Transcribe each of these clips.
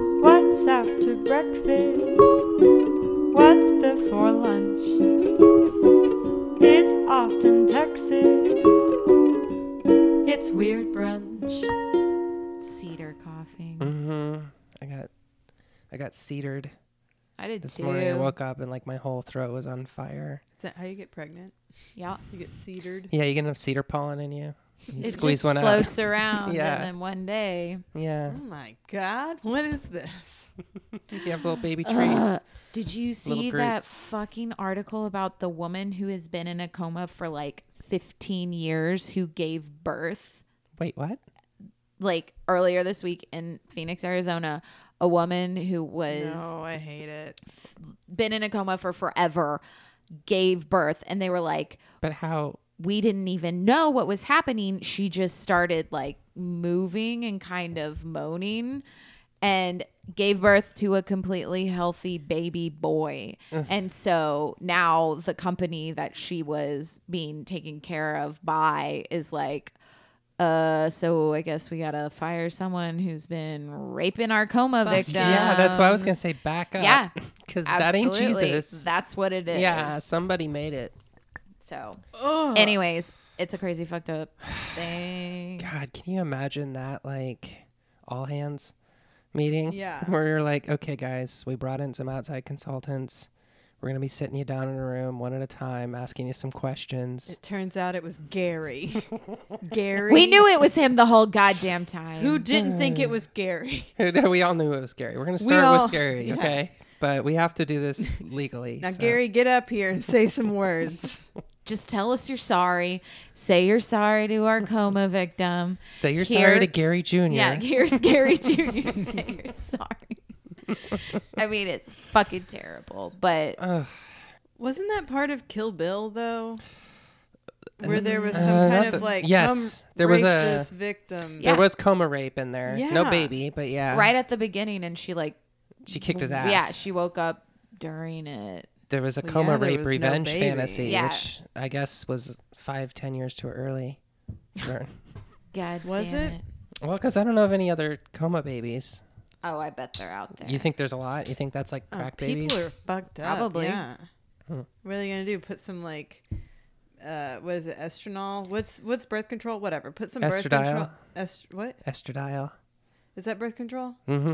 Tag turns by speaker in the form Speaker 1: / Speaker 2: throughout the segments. Speaker 1: What's after breakfast? What's before lunch? It's Austin, Texas. It's Weird Brunch.
Speaker 2: Cedar coughing.
Speaker 3: Mm-hmm. I got, I got cedared
Speaker 2: I did
Speaker 3: this
Speaker 2: too.
Speaker 3: morning. I woke up and like my whole throat was on fire.
Speaker 4: Is that how you get pregnant?
Speaker 2: yeah.
Speaker 4: You get cedared.
Speaker 3: Yeah, you get enough cedar pollen in you. You
Speaker 2: It
Speaker 3: squeeze
Speaker 2: just
Speaker 3: one out.
Speaker 2: floats around,
Speaker 3: Yeah.
Speaker 2: and then one day.
Speaker 3: Yeah,
Speaker 4: Oh my God! What is this?
Speaker 3: you have little baby trees.
Speaker 2: Ugh. did you see that
Speaker 3: Groots.
Speaker 2: fucking article about the woman who has been in a coma for like 15 years who gave birth?
Speaker 3: Wait, what?
Speaker 2: Like earlier this week in Phoenix, Arizona, a woman who was
Speaker 4: No, I hate it.
Speaker 2: been in a coma for forever gave birth, and they were like,
Speaker 3: But how?
Speaker 2: we didn't even know what was happening. She just started like moving and kind of moaning and gave birth to a completely healthy baby boy. And so now the company that she was being taken care of by is like, uh, so I guess we gotta fire someone who's been raping our coma victims.
Speaker 3: yeah, that's why I was gonna say back up.
Speaker 2: Yeah,
Speaker 3: because that ain't
Speaker 2: absolutely.
Speaker 3: Jesus.
Speaker 2: That's what it is.
Speaker 3: yeah, somebody made it.
Speaker 2: So,
Speaker 4: Oh,
Speaker 2: anyways, it's a crazy fucked up thing.
Speaker 3: God, can you imagine that like all hands meeting?
Speaker 4: Yeah.
Speaker 3: Where you're like, okay, guys, we brought in some outside consultants. We're gonna be sitting you down in a room one at a time, asking you some questions.
Speaker 4: it turns out it was Gary. Gary.
Speaker 2: We knew it was him the whole goddamn time.
Speaker 4: Who didn't think it was Gary?
Speaker 3: we all knew it was Gary. We're gonna start
Speaker 4: all-
Speaker 3: with Gary,
Speaker 4: yeah.
Speaker 3: okay? But we have to do this legally.
Speaker 4: Now,
Speaker 3: so-
Speaker 4: Gary, get up here and say some words.
Speaker 2: Just tell us you're sorry. Say you're sorry to our coma victim.
Speaker 3: say you're
Speaker 2: Here-
Speaker 3: sorry to Gary Jr.
Speaker 2: Yeah, here's Gary Jr. Say you're sorry. I mean, it's fucking terrible, but
Speaker 3: Ugh.
Speaker 4: Wasn't that part of Kill Bill though? Where there was some
Speaker 3: Uh,
Speaker 4: kind
Speaker 3: not
Speaker 4: of
Speaker 3: the-
Speaker 4: like um,
Speaker 3: yes,
Speaker 4: come
Speaker 3: there was
Speaker 4: rape
Speaker 3: a-
Speaker 4: this victim.
Speaker 2: Yeah.
Speaker 3: There was coma rape in there. No
Speaker 4: Yeah.
Speaker 3: baby, but yeah.
Speaker 2: right at the beginning, and she like,
Speaker 3: She Uh, kicked his ass.
Speaker 2: yeah, she woke up during it.
Speaker 3: there was a
Speaker 4: Well,
Speaker 3: coma
Speaker 4: yeah, there
Speaker 3: rape
Speaker 4: was no
Speaker 3: revenge
Speaker 4: baby.
Speaker 3: fantasy,
Speaker 2: Yeah.
Speaker 3: which I guess was five, ten years too early. Sure.
Speaker 2: God
Speaker 4: Was
Speaker 2: damn it?
Speaker 4: it?
Speaker 3: well, because I don't know of any other coma babies.
Speaker 2: Oh, I bet they're out there.
Speaker 3: You think there's a lot? You think that's like
Speaker 4: Oh,
Speaker 3: crack babies?
Speaker 4: people are fucked up.
Speaker 2: Probably.
Speaker 4: Yeah. What are they gonna do? Put some like, uh, what is it? Estranol? What's what's birth control? Whatever. Put some birth
Speaker 3: Estradiol.
Speaker 4: control. Est- what
Speaker 3: Estradiol.
Speaker 4: is that? Birth control?
Speaker 3: Mm-hmm.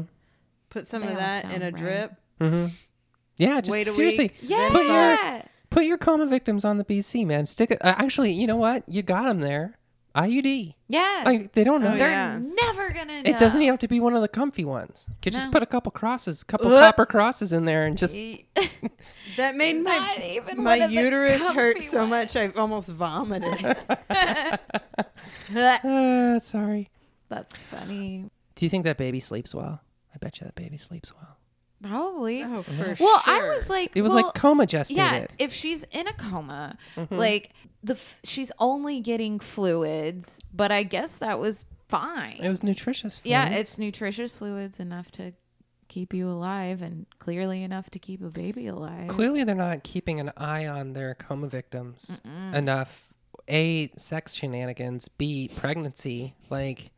Speaker 4: Put some
Speaker 2: They
Speaker 4: of
Speaker 2: all
Speaker 4: that in
Speaker 2: sound
Speaker 4: a
Speaker 2: right.
Speaker 4: drip.
Speaker 3: Mm-hmm. Yeah, just
Speaker 4: Wait a
Speaker 3: seriously.
Speaker 4: week.
Speaker 2: yeah.
Speaker 3: Put your put your coma victims on the BC, man. Stick it. Uh, actually, you know what? You got them there. IUD.
Speaker 2: yeah.
Speaker 3: Like they don't know.
Speaker 4: Oh,
Speaker 2: They're
Speaker 4: yeah.
Speaker 2: never gonna know.
Speaker 3: It doesn't even have to be one of the comfy ones. Could just
Speaker 2: No.
Speaker 3: put a couple crosses, couple
Speaker 4: Ugh.
Speaker 3: copper crosses in there, and just
Speaker 4: that made
Speaker 2: Not
Speaker 4: my
Speaker 2: even
Speaker 4: my
Speaker 2: one of the
Speaker 4: uterus hurt
Speaker 2: comfy
Speaker 4: so
Speaker 2: ones.
Speaker 4: much I almost
Speaker 3: Oh,
Speaker 4: vomited.
Speaker 3: uh, sorry.
Speaker 2: That's funny.
Speaker 3: Do you think that baby sleeps well? I bet you that baby sleeps well.
Speaker 2: Probably.
Speaker 4: oh, for
Speaker 2: well, I
Speaker 4: sure.
Speaker 2: was like,
Speaker 3: It was
Speaker 2: well,
Speaker 3: like coma gestated.
Speaker 2: yeah. If she's in a coma,
Speaker 3: Mm-hmm.
Speaker 2: like the f- she's only getting fluids, but I guess that was fine.
Speaker 3: It was nutritious. Food.
Speaker 2: yeah, it's nutritious fluids enough to keep you alive, and clearly enough to keep a baby alive.
Speaker 3: Clearly, they're not keeping an eye on their coma victims enough. A, sex shenanigans. B, pregnancy. Like,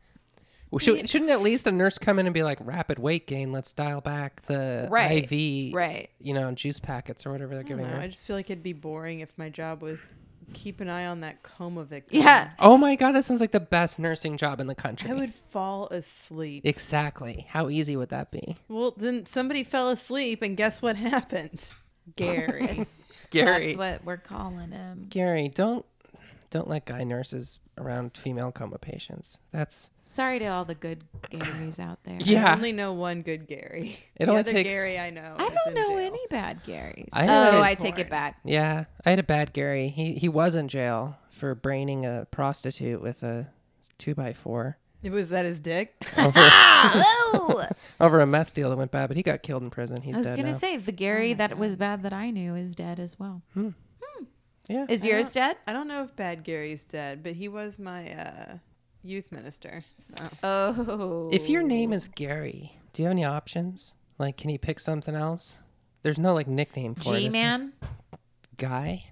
Speaker 3: well, should, shouldn't at least a nurse come in and be like, rapid weight gain, let's dial back the
Speaker 2: Right,
Speaker 3: IV,
Speaker 2: right.
Speaker 3: you know, juice packets or whatever they're
Speaker 4: I don't
Speaker 3: giving
Speaker 4: know. I
Speaker 3: her.
Speaker 4: just feel like it'd be boring if my job was keep an eye on that coma victim.
Speaker 2: Yeah.
Speaker 3: Oh my God, that sounds like the best nursing job in the country.
Speaker 4: I would fall asleep.
Speaker 3: Exactly. How easy would that be?
Speaker 4: Well, then somebody fell asleep, and guess what happened? Gary.
Speaker 2: That's what we're calling him.
Speaker 3: Gary, don't don't let guy nurses around female coma patients. That's
Speaker 2: Sorry to all the good Garys out there.
Speaker 3: yeah.
Speaker 4: I only know one good Gary.
Speaker 3: It
Speaker 4: the
Speaker 3: only
Speaker 4: other
Speaker 3: takes-
Speaker 4: Gary I know.
Speaker 2: I
Speaker 4: is in
Speaker 2: don't know
Speaker 4: jail.
Speaker 2: any bad Garys.
Speaker 3: I
Speaker 2: oh,
Speaker 3: heard
Speaker 2: I take
Speaker 4: porn.
Speaker 2: it back.
Speaker 3: yeah, I had a bad Gary. He he was in jail for braining a prostitute with a two by four
Speaker 4: It was that his dick.
Speaker 2: Oh.
Speaker 3: over a meth deal that went bad, but he got killed in prison. He's
Speaker 2: I was
Speaker 3: dead
Speaker 2: gonna
Speaker 3: now.
Speaker 2: say the Gary that was bad that I knew is dead as well.
Speaker 3: Hmm.
Speaker 2: Hmm.
Speaker 3: yeah,
Speaker 2: Is
Speaker 4: I
Speaker 2: yours
Speaker 4: don't-
Speaker 2: dead?
Speaker 4: I don't know if Bad Gary's dead, but he was my uh, youth minister. So
Speaker 2: Oh,
Speaker 3: if your name is Gary, do you have any options? Like, can you pick something else? There's no like nickname for it.
Speaker 2: G
Speaker 3: is
Speaker 2: man,
Speaker 3: there? guy.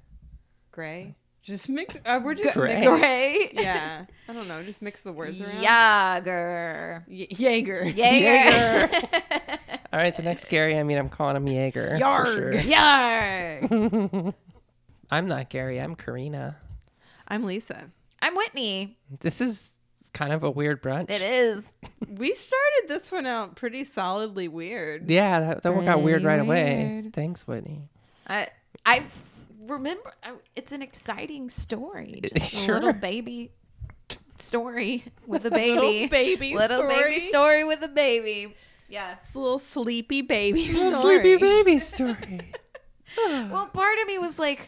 Speaker 4: Gray. Just mix. Uh, we're just
Speaker 3: Gray.
Speaker 4: mixing.
Speaker 2: great,
Speaker 4: Yeah. I don't know. Just mix the words around.
Speaker 2: Yager,
Speaker 4: Y- Jaeger.
Speaker 2: Jaeger.
Speaker 3: All right, the next Gary, I mean, I'm calling him Jaeger.
Speaker 2: Yarg.
Speaker 3: For sure.
Speaker 2: Yarg.
Speaker 3: I'm not Gary, I'm Karina.
Speaker 4: I'm Lisa.
Speaker 2: I'm Whitney.
Speaker 3: This is kind of a weird brunch.
Speaker 2: It is.
Speaker 4: We started this one out pretty solidly weird.
Speaker 3: Yeah, that, that one got weird right away.
Speaker 2: Weird.
Speaker 3: Thanks, Whitney.
Speaker 2: I I remember I- it's an exciting story. Just a
Speaker 3: Sure.
Speaker 2: little baby story with a baby.
Speaker 4: Little baby
Speaker 2: Little
Speaker 4: story.
Speaker 2: baby story with a baby. Yeah.
Speaker 4: It's a little sleepy baby
Speaker 3: Little
Speaker 4: story.
Speaker 3: Sleepy baby story.
Speaker 2: Well, part of me was like,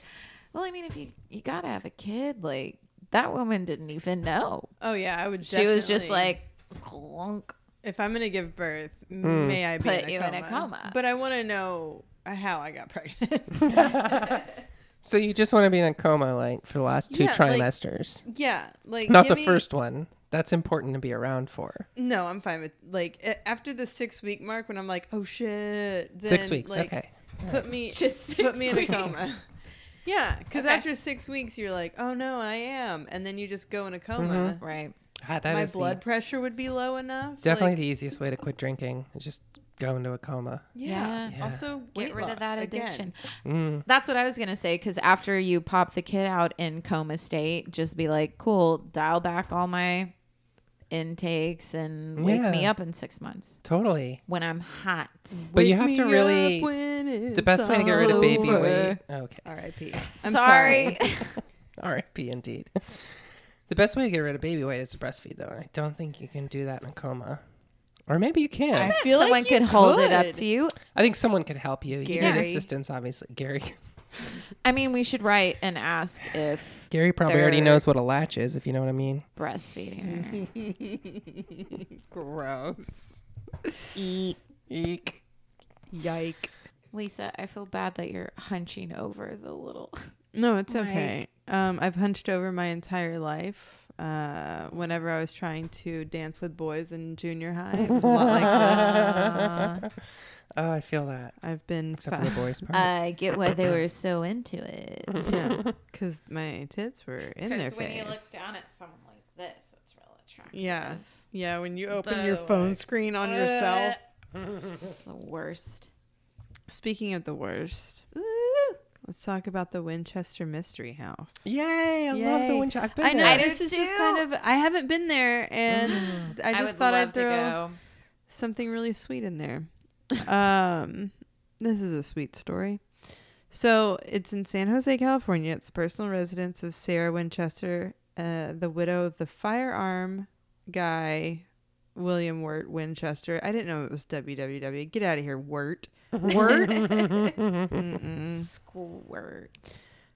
Speaker 2: well, I mean, if you you gotta have a kid, like that woman didn't even know.
Speaker 4: Oh yeah, I would.
Speaker 2: She was just
Speaker 4: definitely-
Speaker 2: like, clunk.
Speaker 4: if I'm gonna give birth,
Speaker 3: Hmm.
Speaker 4: may I be
Speaker 2: Put
Speaker 4: in a
Speaker 2: you in
Speaker 4: coma.
Speaker 2: a coma.
Speaker 4: But I want to know uh, how I got pregnant.
Speaker 3: so you just want to be in a coma like for the last two
Speaker 4: Yeah, like-
Speaker 3: trimesters,
Speaker 4: yeah, like
Speaker 3: not
Speaker 4: give
Speaker 3: the
Speaker 4: me-
Speaker 3: first one. That's important to be around for.
Speaker 4: No, I'm fine with like a- after the six week mark when I'm like, oh shit. Then,
Speaker 3: Six weeks,
Speaker 4: like,
Speaker 3: okay.
Speaker 4: Put me
Speaker 2: Just
Speaker 4: just put
Speaker 2: six
Speaker 4: me
Speaker 2: weeks.
Speaker 4: in a coma. Yeah, because
Speaker 2: Okay.
Speaker 4: after six weeks, you're like, oh no, I am, and then you just go in a coma.
Speaker 2: Right.
Speaker 3: Ah, that
Speaker 4: My
Speaker 3: is the-
Speaker 4: blood pressure would be low enough.
Speaker 3: definitely
Speaker 4: like-
Speaker 3: the easiest way to quit drinking. is Just go into a coma.
Speaker 4: yeah.
Speaker 2: Yeah.
Speaker 4: Also, weight
Speaker 2: Get rid
Speaker 4: loss,
Speaker 2: of that
Speaker 4: again.
Speaker 2: addiction.
Speaker 4: Mm.
Speaker 2: That's what I was gonna say. Because after you pop the kid out in coma state, just be like, cool, dial back all my intakes and wake
Speaker 3: Yeah.
Speaker 2: me up in six months
Speaker 3: Totally.
Speaker 2: when I'm hot.
Speaker 3: But you
Speaker 4: Wake
Speaker 3: have to
Speaker 4: me
Speaker 3: really
Speaker 4: up when
Speaker 3: the
Speaker 4: it's
Speaker 3: best way to get rid of baby
Speaker 4: over.
Speaker 3: weight. Oh, Okay.
Speaker 4: R.I.P. I'm
Speaker 2: sorry.
Speaker 3: RIP indeed. The best way to get rid of baby weight is to breastfeed, though, and I don't think you can do that in a coma. Or maybe you can. I,
Speaker 4: feel like
Speaker 2: someone
Speaker 4: you
Speaker 2: could hold it up
Speaker 4: could.
Speaker 2: to you.
Speaker 3: think someone could help you. You
Speaker 2: Gary.
Speaker 3: need assistance, obviously. Gary.
Speaker 2: I mean, we should write and ask if
Speaker 3: Gary probably already
Speaker 2: They're-
Speaker 3: knows what a latch is, if you know what I mean.
Speaker 2: breastfeeding.
Speaker 4: Gross.
Speaker 2: Eek.
Speaker 3: Eek.
Speaker 4: Yike.
Speaker 2: Lisa, I feel bad that you're hunching over the little.
Speaker 4: No, it's okay. Um, I've hunched over my entire life. Uh, whenever I was trying to dance with boys in junior high, it was a lot like this.
Speaker 3: Oh, I feel that.
Speaker 4: I've been
Speaker 3: Except for the voice part.
Speaker 2: I get why they were so into it.
Speaker 4: because my tits were in their face.
Speaker 2: down at someone like this, it's real attractive.
Speaker 4: yeah, yeah. When you open your
Speaker 2: Though,
Speaker 4: phone screen on yourself.
Speaker 2: It's the worst.
Speaker 4: Speaking of the worst, let's talk about the Winchester Mystery House.
Speaker 3: Yay! I love the
Speaker 4: Yay.
Speaker 3: winch. I've been
Speaker 4: I know
Speaker 2: I
Speaker 3: there.
Speaker 2: do
Speaker 4: this is just
Speaker 2: too.
Speaker 4: kind of. I haven't been there, and I just thought I'd throw something really sweet in there. Um, this is a sweet story. So it's in San Jose, California. It's the personal residence of Sarah Winchester, uh, the widow of the firearm guy, William Wirt Winchester. I didn't know it was WWW. Get out of here, Wirt. Wirt.
Speaker 2: Squirt.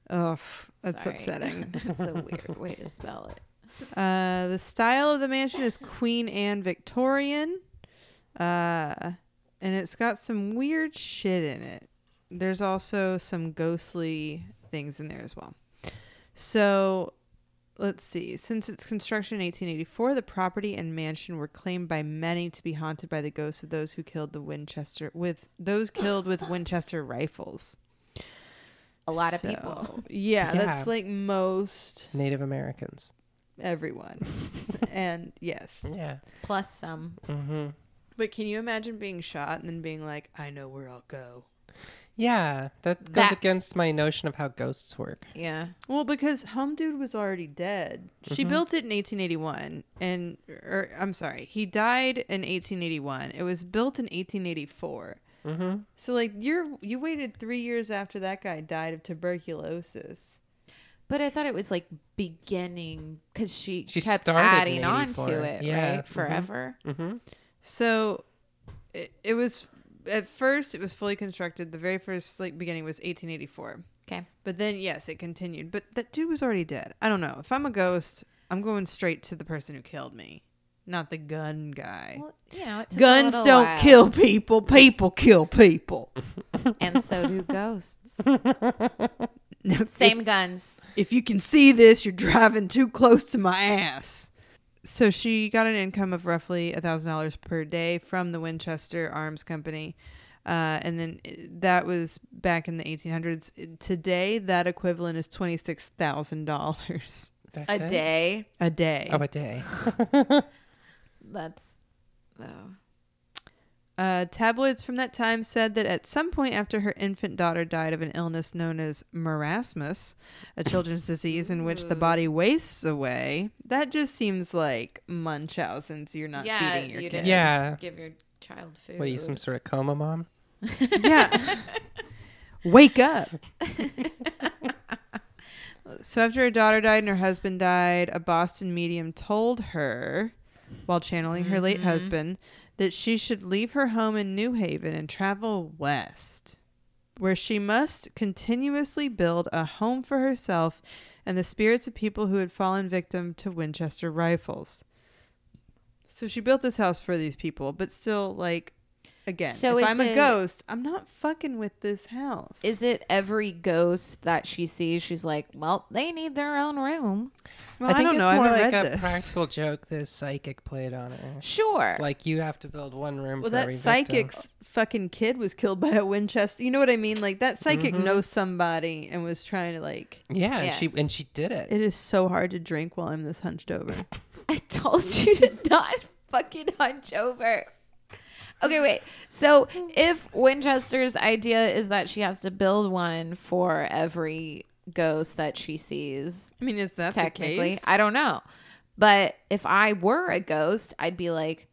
Speaker 4: Ugh, that's
Speaker 2: Sorry.
Speaker 4: upsetting.
Speaker 2: it's a weird way to spell it.
Speaker 4: Uh, the style of the mansion is Queen Anne Victorian. Uh, and it's got some weird shit in it. There's also some ghostly things in there as well. So let's see. Since its construction in 1884, the property and mansion were claimed by many to be haunted by the ghosts of those who killed the Winchester with those killed with Winchester rifles.
Speaker 2: A lot of
Speaker 4: So,
Speaker 2: people.
Speaker 4: Yeah,
Speaker 3: Yeah.
Speaker 4: that's like most
Speaker 3: Native Americans.
Speaker 4: everyone. and yes.
Speaker 3: Yeah.
Speaker 2: Plus some.
Speaker 4: But can you imagine being shot and then being like, I know where I'll go?
Speaker 3: Yeah, that goes
Speaker 2: That-
Speaker 3: against my notion of how ghosts work.
Speaker 2: Yeah.
Speaker 4: Well, because Home Dude was already dead. She built it in 1881, and or I'm sorry, he died in 1881. It was built in 1884. Mm-hmm. So like you're you waited three years after that guy died of tuberculosis.
Speaker 2: But I thought it was like beginning because she,
Speaker 3: She
Speaker 2: kept
Speaker 3: started
Speaker 2: adding
Speaker 3: in
Speaker 2: on to
Speaker 3: 84.
Speaker 2: it,
Speaker 3: Yeah,
Speaker 2: right?
Speaker 3: mhm.
Speaker 2: Forever.
Speaker 4: So it, it was at first it was fully constructed. The very first like beginning was 1884.
Speaker 2: Okay.
Speaker 4: But then, yes, it continued. But that dude was already dead. I don't know. If I'm a ghost, I'm going straight to the person who killed me, not the gun guy.
Speaker 2: Well, you know, it took a
Speaker 4: Guns
Speaker 2: little
Speaker 4: don't
Speaker 2: while.
Speaker 4: kill people. People kill people.
Speaker 2: and so do ghosts.
Speaker 4: Now,
Speaker 2: Same guns.
Speaker 4: if you can see this, you're driving too close to my ass. So she got an income of roughly $1,000 per day from the Winchester Arms Company. Uh, and then uh, that was back in the 1800s. Today, that equivalent is $26,000
Speaker 3: That's
Speaker 2: A
Speaker 3: it?
Speaker 2: day.
Speaker 4: a day.
Speaker 3: Oh, a day.
Speaker 2: That's oh.
Speaker 4: Uh, tabloids from that time said that at some point after her infant daughter died of an illness known as marasmus, a children's disease in which the body wastes away, that just seems like Munchausen's. You're not
Speaker 2: Yeah,
Speaker 4: feeding your
Speaker 2: you
Speaker 4: kid.
Speaker 2: didn't-
Speaker 3: Yeah.
Speaker 2: Give your child food.
Speaker 3: What are you, some sort of coma mom?
Speaker 4: yeah. Wake up. so after her daughter died and her husband died, a Boston medium told her, while channeling her late husband, that she should leave her home in New Haven and travel west, where she must continuously build a home for herself and the spirits of people who had fallen victim to Winchester rifles. So she built this house for these people, but still, like, again,
Speaker 2: So
Speaker 4: if
Speaker 2: is
Speaker 4: I'm a
Speaker 2: it-
Speaker 4: ghost, I'm not fucking with this house.
Speaker 2: Is it every ghost that she sees? She's like, well, they need their own room.
Speaker 4: Well, I, don't know. I
Speaker 3: more
Speaker 4: haven't
Speaker 3: like
Speaker 4: read
Speaker 3: a
Speaker 4: this.
Speaker 3: practical joke the psychic played on it. It's
Speaker 2: Sure.
Speaker 3: like you have to build one room for
Speaker 4: well, that
Speaker 3: every
Speaker 4: psychic's fucking kid was killed by a Winchester. You know what I mean? Like that psychic knows somebody and was trying to like.
Speaker 3: victim. Yeah,
Speaker 2: Yeah.
Speaker 3: And she and she did it.
Speaker 4: It is so hard to drink while I'm this hunched over.
Speaker 2: I told you to not fucking hunch over. Okay, wait. So if Winchester's idea is that she has to build one for every ghost that she sees,
Speaker 4: I mean, is that
Speaker 2: technically, I don't know. But if I were a ghost, I'd be like,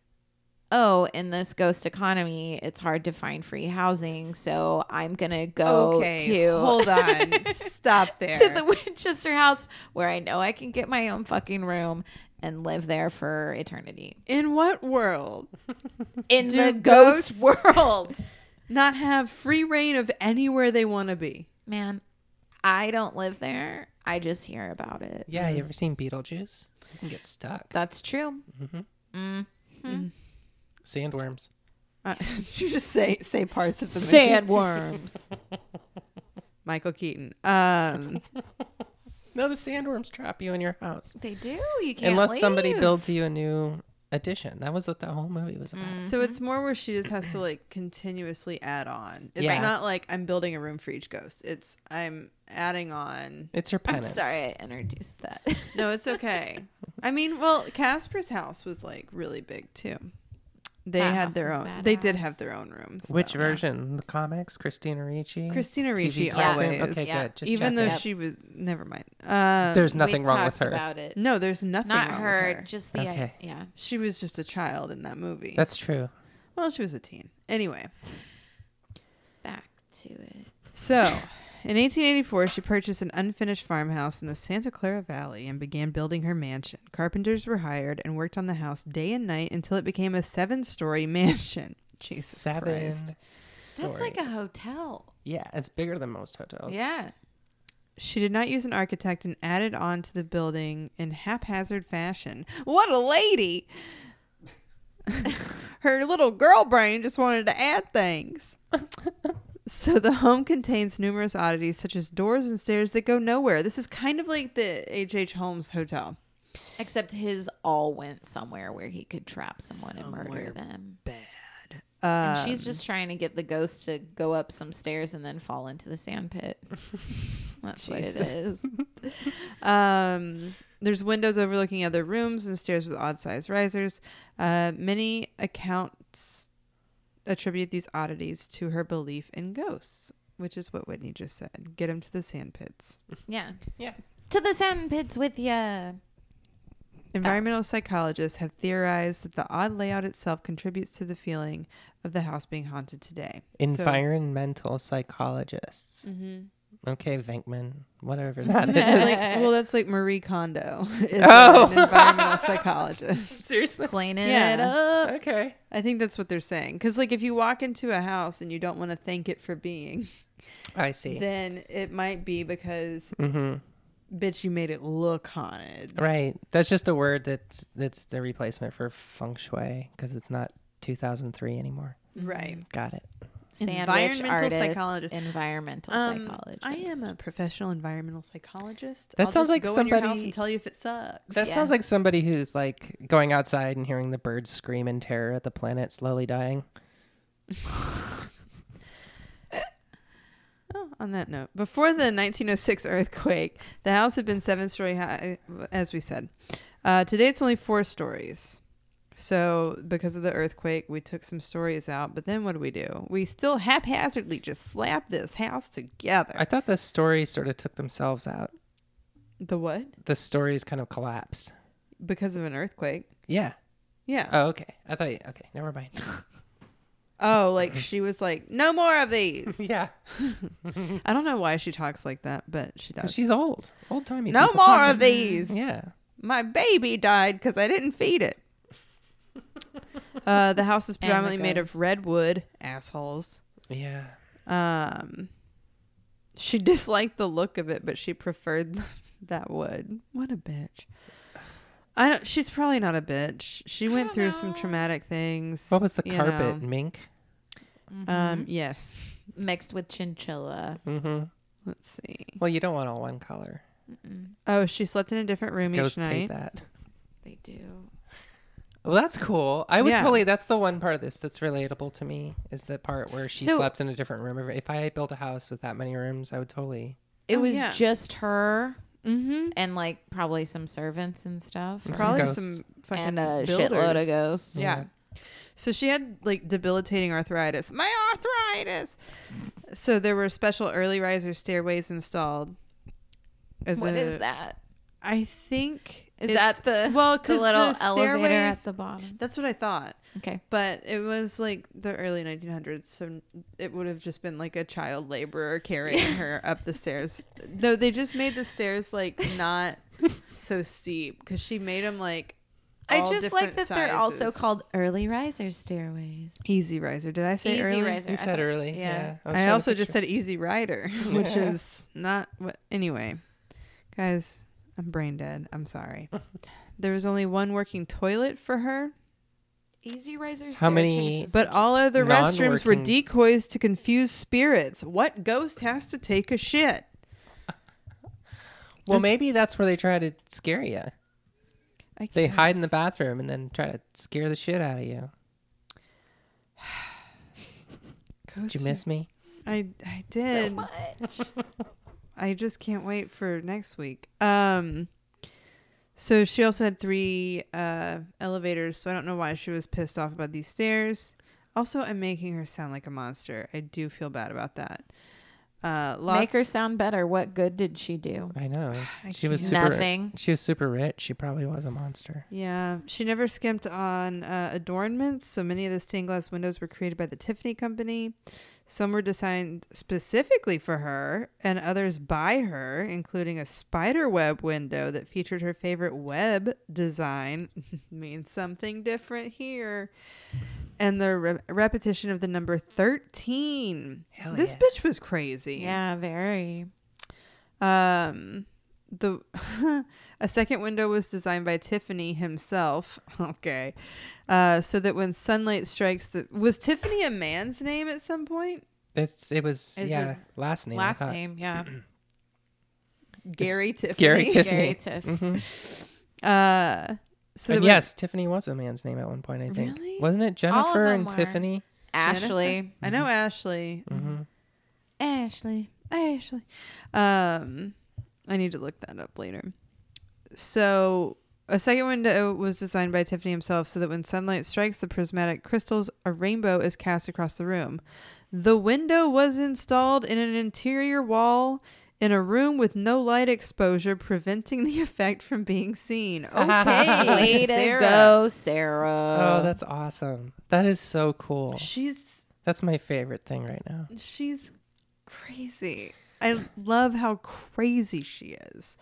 Speaker 2: oh, in this ghost economy, it's hard to find free housing. So I'm going to go
Speaker 4: okay,
Speaker 2: to.
Speaker 4: hold on, stop there.
Speaker 2: to the Winchester house where I know I can get my own fucking room and live there for eternity.
Speaker 4: In what world?
Speaker 2: In
Speaker 4: Do
Speaker 2: the ghost
Speaker 4: ghosts-
Speaker 2: world.
Speaker 4: Not have free reign of anywhere they want to be.
Speaker 2: Man, I don't live there. I just hear about it.
Speaker 3: yeah, you ever seen Beetlejuice? You can get stuck.
Speaker 2: That's true.
Speaker 3: Sandworms.
Speaker 4: Uh, you just say say parts of the movie.
Speaker 2: Sandworms.
Speaker 4: Michael Keaton. Um,
Speaker 3: No, the sandworms trap you in your house.
Speaker 2: they do. You can't
Speaker 3: Unless somebody
Speaker 2: leave.
Speaker 3: builds you a new addition. That was what the whole movie was about.
Speaker 2: Mm.
Speaker 4: So it's
Speaker 2: Mm-hmm.
Speaker 4: more where she just has to like continuously add on. It's
Speaker 3: Yeah.
Speaker 4: not like I'm building a room for each ghost. It's I'm adding on.
Speaker 3: It's her
Speaker 2: I'm
Speaker 3: penance.
Speaker 2: sorry I introduced that.
Speaker 4: No, it's okay. I mean, well, Casper's house was like really big too. They
Speaker 2: That
Speaker 4: had
Speaker 2: house
Speaker 4: their
Speaker 2: was
Speaker 4: own. They did
Speaker 2: badass.
Speaker 4: have their own rooms.
Speaker 3: Which
Speaker 4: though.
Speaker 3: version? The comics? Christina Ricci?
Speaker 4: Christina
Speaker 3: TV
Speaker 4: Ricci
Speaker 3: cartoon?
Speaker 4: always.
Speaker 3: Okay,
Speaker 2: Yeah.
Speaker 3: good. Just
Speaker 4: Even though
Speaker 3: checking.
Speaker 2: Yep.
Speaker 4: she was never mind. Um,
Speaker 3: There's nothing
Speaker 2: We
Speaker 3: wrong with
Speaker 2: talked
Speaker 3: her.
Speaker 2: About it.
Speaker 4: no, there's nothing.
Speaker 2: Not
Speaker 4: wrong with
Speaker 2: her,
Speaker 4: her.
Speaker 2: Just the
Speaker 3: Okay.
Speaker 2: yeah.
Speaker 4: She was just a child in that movie.
Speaker 3: That's true.
Speaker 4: well, she was a teen anyway.
Speaker 2: Back to it.
Speaker 4: So, in 1884, she purchased an unfinished farmhouse in the Santa Clara Valley and began building her mansion. Carpenters were hired and worked on the house day and night until it became a seven story mansion. Jesus
Speaker 3: Seven
Speaker 4: Christ.
Speaker 2: That's like a
Speaker 3: stories.
Speaker 2: hotel.
Speaker 3: Yeah, it's bigger than most hotels.
Speaker 2: Yeah.
Speaker 4: She did not use an architect and added on to the building in haphazard fashion. What a lady! Her little girl brain just wanted to add things. so the home contains numerous oddities such as doors and stairs that go nowhere. This is kind of like the H.H. H. Holmes Hotel.
Speaker 2: Except his all went somewhere where he could trap someone and murder them. Bad.
Speaker 4: Uh,
Speaker 2: and she's just trying to get the ghost to go up some stairs and then fall into the sand pit. That's what it is.
Speaker 4: Um, there's windows overlooking other rooms and stairs with odd sized risers. Uh, many accounts attribute these oddities to her belief in ghosts, which is what Whitney just said. Get him to the sand pits.
Speaker 2: Yeah.
Speaker 3: Yeah.
Speaker 2: To the sand pits with ya.
Speaker 4: Environmental psychologists have theorized that the odd layout itself contributes to the feeling of the house being haunted today. So-
Speaker 3: Environmental psychologists.
Speaker 2: Mm-hmm.
Speaker 3: Okay, Venkman, whatever that is.
Speaker 4: Like- well, that's like Marie Kondo. is
Speaker 3: Oh.
Speaker 4: an environmental psychologist.
Speaker 3: Seriously.
Speaker 2: Cleaning
Speaker 4: Yeah.
Speaker 2: it up.
Speaker 3: Okay.
Speaker 4: I think that's what they're saying. Because like if you walk into a house and you don't want to thank it for being,
Speaker 3: I see. Mm-hmm.
Speaker 4: then it might be because bitch you made it look haunted.
Speaker 3: right. That's just a word that's that's the replacement for feng shui because it's not 2003 anymore.
Speaker 4: Right.
Speaker 3: Got it.
Speaker 2: Sandwich
Speaker 4: Mm. Environmental
Speaker 2: artist,
Speaker 4: psychologist.
Speaker 2: Environmental
Speaker 4: Um,
Speaker 2: psychologist.
Speaker 4: I am a professional environmental psychologist.
Speaker 3: That
Speaker 4: I'll
Speaker 3: sounds
Speaker 4: just
Speaker 3: like
Speaker 4: go in your house
Speaker 3: somebody-
Speaker 4: and tell you if it sucks.
Speaker 3: That
Speaker 2: Yeah.
Speaker 3: sounds like somebody who's like going outside and hearing the birds scream in terror at the planet slowly dying.
Speaker 4: Oh, on that note, before the 1906 earthquake, the house had been seven story high, as we said. Uh, today it's only four stories. So, because of the earthquake, we took some stories out. But then what do we do? We still haphazardly just slap this house together.
Speaker 3: I thought the stories sort of took themselves out.
Speaker 4: the what?
Speaker 3: The stories kind of collapsed.
Speaker 4: Because of an earthquake.
Speaker 3: Yeah.
Speaker 4: Yeah.
Speaker 3: Oh, okay. I thought. You, okay, never mind.
Speaker 4: oh, like she was like, no more of these.
Speaker 3: yeah,
Speaker 4: I don't know why she talks like that, but she
Speaker 3: 'Cause
Speaker 4: does.
Speaker 3: she's old, old timey.
Speaker 4: no
Speaker 3: people.
Speaker 4: more of these.
Speaker 3: Yeah.
Speaker 4: My baby died because I didn't feed it. uh, the house is predominantly made of
Speaker 2: ghost.
Speaker 4: redwood. Assholes.
Speaker 3: Yeah.
Speaker 4: Um, she disliked the look of it, but she preferred that wood. What a bitch. I don't. She's probably not a bitch. She went through some traumatic things.
Speaker 3: What was the
Speaker 4: you
Speaker 3: carpet?
Speaker 4: know.
Speaker 3: Mink.
Speaker 4: Um. Yes.
Speaker 2: Mm-hmm. mixed with chinchilla.
Speaker 3: Mm-hmm.
Speaker 4: Let's see.
Speaker 3: Well, you don't want all one color.
Speaker 4: Oh, she slept in a different room
Speaker 3: Ghosts
Speaker 4: each night.
Speaker 3: hate that.
Speaker 2: They do.
Speaker 3: Well, that's cool. I would
Speaker 4: Yeah.
Speaker 3: totally. That's the one part of this that's relatable to me is the part where she
Speaker 2: So-
Speaker 3: slept in a different room. If- If I had built a house with that many rooms, I would totally.
Speaker 2: It
Speaker 4: Oh,
Speaker 2: was
Speaker 4: yeah.
Speaker 2: just her
Speaker 4: Mm-hmm.
Speaker 2: and like probably some servants and stuff,
Speaker 3: Some
Speaker 4: Probably
Speaker 3: ghosts.
Speaker 4: some fucking uh,
Speaker 2: and a shitload
Speaker 4: builders.
Speaker 2: of ghosts.
Speaker 4: Yeah. So she had like debilitating arthritis. My arthritis. So there were special early riser stairways installed. As
Speaker 2: What
Speaker 4: a-
Speaker 2: is that?
Speaker 4: I think
Speaker 2: Is
Speaker 4: it's-
Speaker 2: that the
Speaker 4: well,
Speaker 2: the
Speaker 4: because
Speaker 2: little
Speaker 4: the
Speaker 2: elevator at
Speaker 4: stairways.
Speaker 2: the bottom?
Speaker 4: that's what I thought,
Speaker 2: Okay.
Speaker 4: but it was like the early 1900s, so it would have just been like a child laborer carrying her up the stairs. Though they just made the stairs like not so steep because she made them like.
Speaker 2: I
Speaker 4: all
Speaker 2: just like
Speaker 4: different
Speaker 2: that they're also
Speaker 4: sizes.
Speaker 2: called early riser stairways.
Speaker 4: easy riser. Did I say
Speaker 2: Easy
Speaker 4: early?
Speaker 2: riser.
Speaker 3: You said early. Yeah. was trying
Speaker 4: I
Speaker 3: to
Speaker 4: also just
Speaker 3: picture-
Speaker 4: said Easy Rider, which is not what. Anyway, guys, I'm brain dead. I'm sorry. there was only one working toilet for her,
Speaker 2: Easy riser staircases.
Speaker 3: How many-
Speaker 4: but all other restrooms were
Speaker 3: Non-working-
Speaker 4: decoys to confuse spirits. What ghost has to take a shit?
Speaker 3: Well,
Speaker 4: this-
Speaker 3: maybe that's where they try to scare you.
Speaker 4: I
Speaker 3: They hide in the
Speaker 4: guess.
Speaker 3: bathroom and then try to scare the shit out of you. Did you
Speaker 4: Ghosts
Speaker 3: miss me?
Speaker 4: are- I I did.
Speaker 2: much.
Speaker 4: I just can't wait for next week. Um so she also had three uh elevators, so I don't know why she was pissed off about these stairs. Also, I'm making her sound like a monster. I do feel bad about that. Uh lots
Speaker 2: Make her sound better. What good did she do?
Speaker 3: I know.
Speaker 4: I
Speaker 3: she was
Speaker 2: can't.
Speaker 3: super,
Speaker 2: Nothing.
Speaker 3: She was super rich. She probably was a monster.
Speaker 4: Yeah, she never skimped on uh, adornments. So many of the stained glass windows were created by the Tiffany Company. Some were designed specifically for her, and others by her, including a spider web window that featured her favorite web design. Means something different here. And the re- repetition of the number 13.
Speaker 3: Hell
Speaker 4: this
Speaker 3: Oh, yeah.
Speaker 4: bitch was crazy.
Speaker 2: Yeah, very.
Speaker 4: Um, the a second window was designed by Tiffany himself. Okay, uh, so that when sunlight strikes the was Tiffany a man's name at some point?
Speaker 3: It's it was
Speaker 2: Is
Speaker 3: yeah
Speaker 2: his
Speaker 3: last name. I
Speaker 2: Last
Speaker 3: thought.
Speaker 2: name, yeah.
Speaker 4: Gary Tiffany.
Speaker 3: Gary
Speaker 2: Gary
Speaker 3: Tiffany.
Speaker 2: Tiff.
Speaker 4: Uh, so
Speaker 3: and
Speaker 4: that
Speaker 3: Mm-hmm. yes, Tiffany was a man's name at one point. I think
Speaker 4: Really?
Speaker 3: wasn't it
Speaker 2: of
Speaker 3: Jennifer
Speaker 2: them
Speaker 3: and
Speaker 2: were.
Speaker 3: Tiffany?
Speaker 4: when-
Speaker 2: Ashley.
Speaker 4: I know
Speaker 3: Mm-hmm.
Speaker 4: Ashley. Mm-hmm.
Speaker 2: Ashley.
Speaker 4: Ashley. Um, I need to look that up later. So, a second window was designed by Tiffany himself so that when sunlight strikes the prismatic crystals, a rainbow is cast across the room. The window was installed in an interior wall in a room with no light exposure, preventing the effect from being seen. Okay,
Speaker 2: Way to
Speaker 4: Sarah.
Speaker 2: go, Sarah.
Speaker 3: oh, that's awesome. That is so cool.
Speaker 4: She's
Speaker 3: That's my favorite thing right now.
Speaker 4: She's crazy. I love how crazy she is.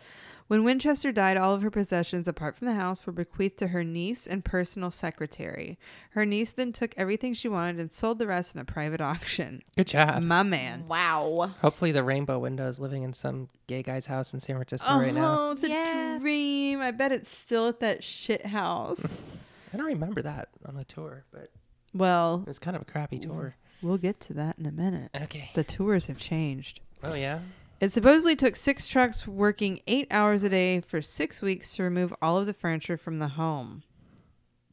Speaker 4: When Winchester died, all of her possessions, apart from the house, were bequeathed to her niece and personal secretary. Her niece then took everything she wanted and sold the rest in a private auction.
Speaker 3: Good job.
Speaker 4: My man.
Speaker 2: wow.
Speaker 3: Mm. Hopefully, the Rainbow Window is living in some gay guy's house in San Francisco right now.
Speaker 4: Oh, the
Speaker 2: Yeah.
Speaker 4: dream. I bet it's still at that shit house.
Speaker 3: I don't remember that on the tour, but it
Speaker 4: well,
Speaker 3: was kind of a crappy tour.
Speaker 4: we'll get to that in a minute.
Speaker 3: Okay.
Speaker 4: The tours have changed.
Speaker 3: Oh yeah.
Speaker 4: It supposedly took six trucks working eight hours a day for six weeks to remove all of the furniture from the home.